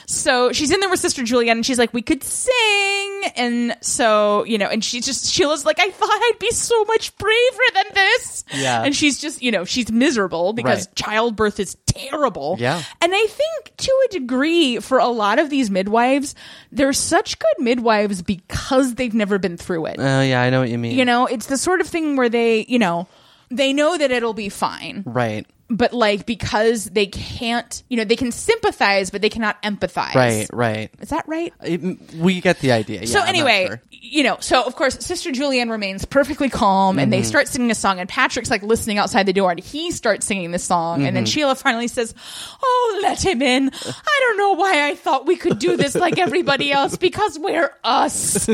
Speaker 2: so she's in there with Sister Julianne and she's like, We could sing. And so, you know, and she's just, Sheila's like, I thought I'd be so much braver than this.
Speaker 3: Yeah.
Speaker 2: And she's just, you know, she's miserable because
Speaker 3: Right.
Speaker 2: childbirth is terrible.
Speaker 3: Yeah.
Speaker 2: And I think to a degree, for a lot of these midwives, they're such good midwives because they've never been through it.
Speaker 3: Oh, yeah, I know what you mean.
Speaker 2: You know, it's the sort of thing where they, you know, they know that it'll be fine,
Speaker 3: Right.
Speaker 2: but like because they can't, you know, they can sympathize, but they cannot empathize.
Speaker 3: Right. Right.
Speaker 2: Is that right?
Speaker 3: It- we get the idea. Yeah,
Speaker 2: so
Speaker 3: I'm not
Speaker 2: anyway,
Speaker 3: sure.
Speaker 2: you know, so of course, Sister Julianne remains perfectly calm, and they
Speaker 3: Mm-hmm.
Speaker 2: start singing a song, and Patrick's like listening outside the door, and he starts singing the song, and
Speaker 3: Mm-hmm.
Speaker 2: then Sheila finally says, "Oh, let him in." I don't know why I thought we could do this like everybody else because we're us,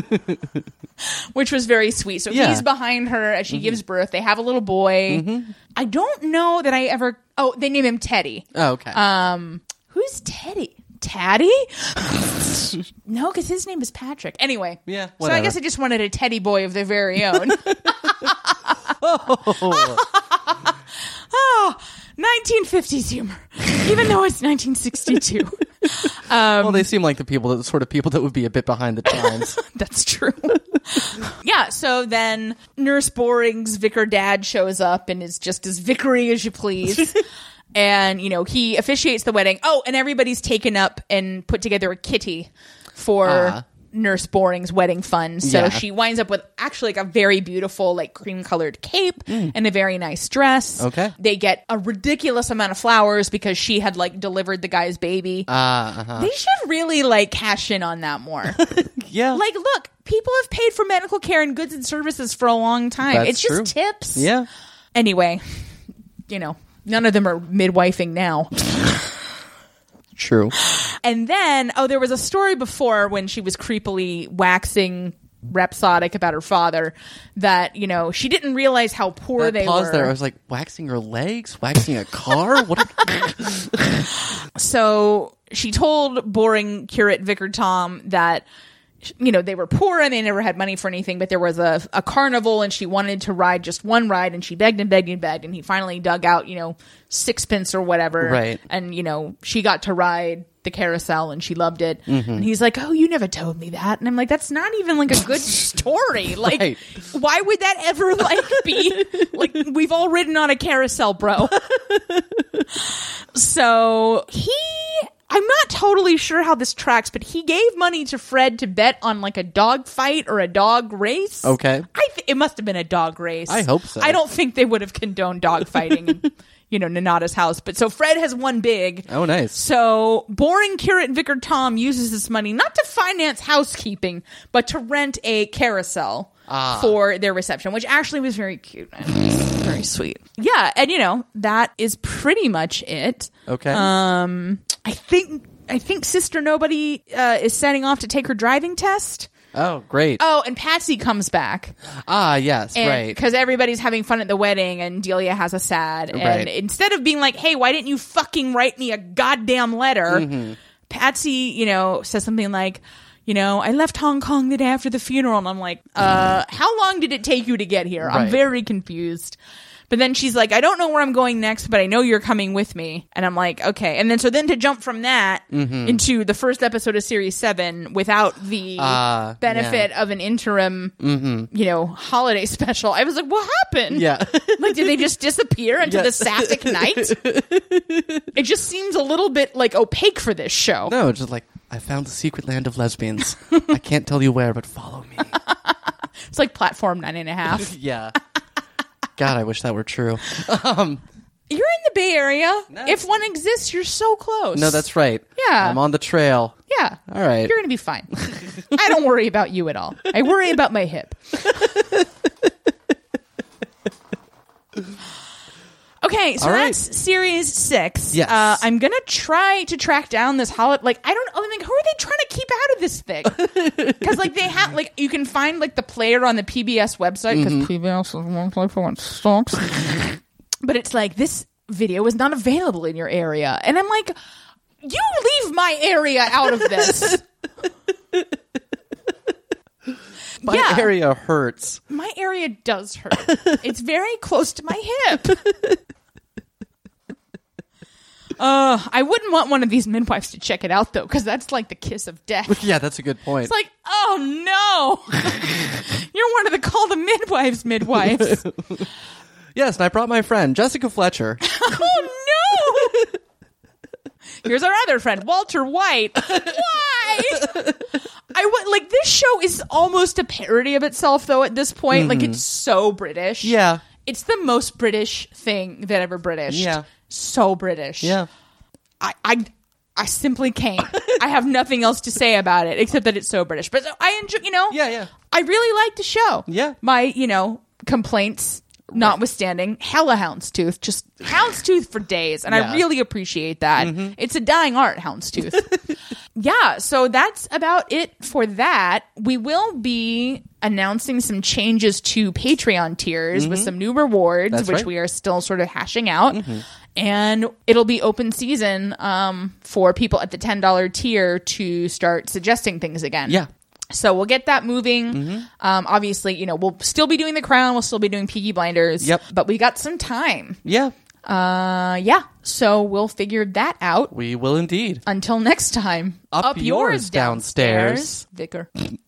Speaker 2: which was very sweet. So
Speaker 3: Yeah. Mm-hmm.
Speaker 2: he's behind her as she gives birth. They have a little boy. I don't know that I ever. Oh, they name him Teddy.
Speaker 3: Oh, okay.
Speaker 2: Um, who's Teddy? Taddy? no, because his name is Patrick. Anyway,
Speaker 3: Yeah,
Speaker 2: So I
Speaker 3: whatever.
Speaker 2: guess I just wanted a teddy boy of their very own. oh, 1950s humor, even though it's 1962.
Speaker 3: well, they seem like the people that the sort of people that would be a bit behind the times.
Speaker 2: That's true. yeah. So then Nurse Boring's vicar dad shows up and is just as vicary as you please. and, you know, he officiates the wedding. Oh, and everybody's taken up and put together a kitty for.
Speaker 3: Ah.
Speaker 2: Nurse Boring's wedding fund. So
Speaker 3: Yeah.
Speaker 2: she winds up with actually like a very beautiful, like cream colored cape and a very nice dress.
Speaker 3: Mm. Okay.
Speaker 2: They get a ridiculous amount of flowers because she had like delivered the guy's baby.
Speaker 3: Ah, uh-huh.
Speaker 2: they should really like cash in on that more.
Speaker 3: yeah.
Speaker 2: Like, look, people have paid for medical care and goods and services for a long time.
Speaker 3: That's
Speaker 2: it's just
Speaker 3: true.
Speaker 2: tips.
Speaker 3: yeah.
Speaker 2: Anyway, you know, none of them are midwifing now.
Speaker 3: True.
Speaker 2: and then, oh, there was a story before when she was creepily waxing rhapsodic about her father that, you know, she didn't realize how poor
Speaker 3: That
Speaker 2: they
Speaker 3: pause
Speaker 2: were.
Speaker 3: there. I was like, waxing her legs, waxing a car. What?
Speaker 2: so she told boring curate Vicar Tom that you know, they were poor and they never had money for anything, but there was a, a carnival and she wanted to ride just one ride and she begged and begged and begged. And he finally dug out, you know, sixpence or whatever.
Speaker 3: Right.
Speaker 2: And, you know, she got to ride the carousel and she loved it.
Speaker 3: Mm-hmm.
Speaker 2: And he's like, Oh, you never told me that. And I'm like, That's not even like a good story. Like,
Speaker 3: Right.
Speaker 2: why would that ever like be? like, we've all ridden on a carousel, bro. So he, I'm not totally sure how this tracks, but he gave money to Fred to bet on like a dog fight or a dog race.
Speaker 3: Okay.
Speaker 2: I th- it must have been a dog race.
Speaker 3: I hope so.
Speaker 2: I don't think they would have condoned dog fighting in, you know, Nanada's house. But so Fred has won big.
Speaker 3: Oh, nice.
Speaker 2: So boring curate Vicar Tom uses this money not to finance housekeeping, but to rent a carousel
Speaker 3: Ah.
Speaker 2: for their reception, which actually was very cute. very sweet. Yeah, and you know, that is pretty much it.
Speaker 3: Okay.
Speaker 2: Um I think I think Sister Nobody uh, is setting off to take her driving test.
Speaker 3: oh, great.
Speaker 2: Oh, and Patsy comes back
Speaker 3: ah, yes, right.
Speaker 2: because everybody's having fun at the wedding and Delia has a sad. And
Speaker 3: Right.
Speaker 2: instead of being like, hey, why didn't you fucking write me a goddamn letter?
Speaker 3: Mm-hmm.
Speaker 2: Patsy, you know, says something like, you know, I left Hong Kong the day after the funeral. And I'm like, uh, how long did it take you to get here? I'm
Speaker 3: Mm-hmm. Right.
Speaker 2: very confused. But then she's like, I don't know where I'm going next, but I know you're coming with me. And I'm like, okay. And then so then to jump from that
Speaker 3: Mm-hmm.
Speaker 2: into the first episode of series seven without the
Speaker 3: Ah,
Speaker 2: benefit of an interim you know, holiday special. I was like, what happened?
Speaker 3: yeah.
Speaker 2: Like, did they just disappear into
Speaker 3: Yes.
Speaker 2: the Sapphic night? It just seems a little bit like opaque for this show.
Speaker 3: no, just like I found the secret land of lesbians. I can't tell you where, but follow me.
Speaker 2: It's like platform nine and a half.
Speaker 3: yeah. God, I wish that were true.
Speaker 2: You're in the Bay Area.
Speaker 3: No.
Speaker 2: If one exists, you're so close.
Speaker 3: No, that's right.
Speaker 2: Yeah.
Speaker 3: I'm on the trail.
Speaker 2: yeah.
Speaker 3: All right.
Speaker 2: You're gonna be fine. I don't worry about you at all. I worry about my hip. Okay, so
Speaker 3: All right.
Speaker 2: that's series six.
Speaker 3: Yes.
Speaker 2: Uh, I'm gonna try to track down this holiday. Like, I don't. I'm like, who are they trying to keep out of this thing? Because like they have like you can find like the player on the PBS website because PBS is one place for one stonks. but it's like this video is not available in your area, and I'm like, you leave my area out of this.
Speaker 3: My
Speaker 2: yeah.
Speaker 3: area hurts.
Speaker 2: my area does hurt. it's very close to my hip. Uh, I wouldn't want one of these midwives to check it out though, because that's like the kiss of death.
Speaker 3: Yeah, that's a good point.
Speaker 2: It's like, oh no, you're one of the call the midwives midwives.
Speaker 3: yes, and I brought my friend Jessica Fletcher.
Speaker 2: oh no. Here's our other friend, Walter White. Why? I would like this show is almost a parody of itself though at this point. Like it's so British.
Speaker 3: Mm-hmm. Yeah.
Speaker 2: It's the most British thing that ever British.
Speaker 3: Yeah.
Speaker 2: So British.
Speaker 3: Yeah.
Speaker 2: I, I I simply can't. I have nothing else to say about it except that it's so British. But I enjoy, you know.
Speaker 3: Yeah, yeah.
Speaker 2: I really like the show.
Speaker 3: Yeah.
Speaker 2: My, you know, complaints notwithstanding, hella houndstooth, just houndstooth for days, and
Speaker 3: Yeah. Mm-hmm.
Speaker 2: I really appreciate that. It's a dying art, houndstooth. yeah. So that's about it for that. We will be announcing some changes to Patreon tiers with some new rewards,
Speaker 3: Mm-hmm. That's
Speaker 2: which
Speaker 3: right. Mm-hmm.
Speaker 2: we are still sort of hashing out. And it'll be open season um, for people at the $10 tier to start suggesting things again.
Speaker 3: Yeah. Mm-hmm.
Speaker 2: So we'll get that moving. Um, obviously, you know, we'll still be doing The Crown. We'll still be doing Peaky Blinders.
Speaker 3: Yep.
Speaker 2: But we got some time.
Speaker 3: Yeah,
Speaker 2: Uh, yeah. So we'll figure that out.
Speaker 3: we will indeed.
Speaker 2: Until next time.
Speaker 3: Up yours
Speaker 2: downstairs.
Speaker 3: downstairs.
Speaker 2: Vicar.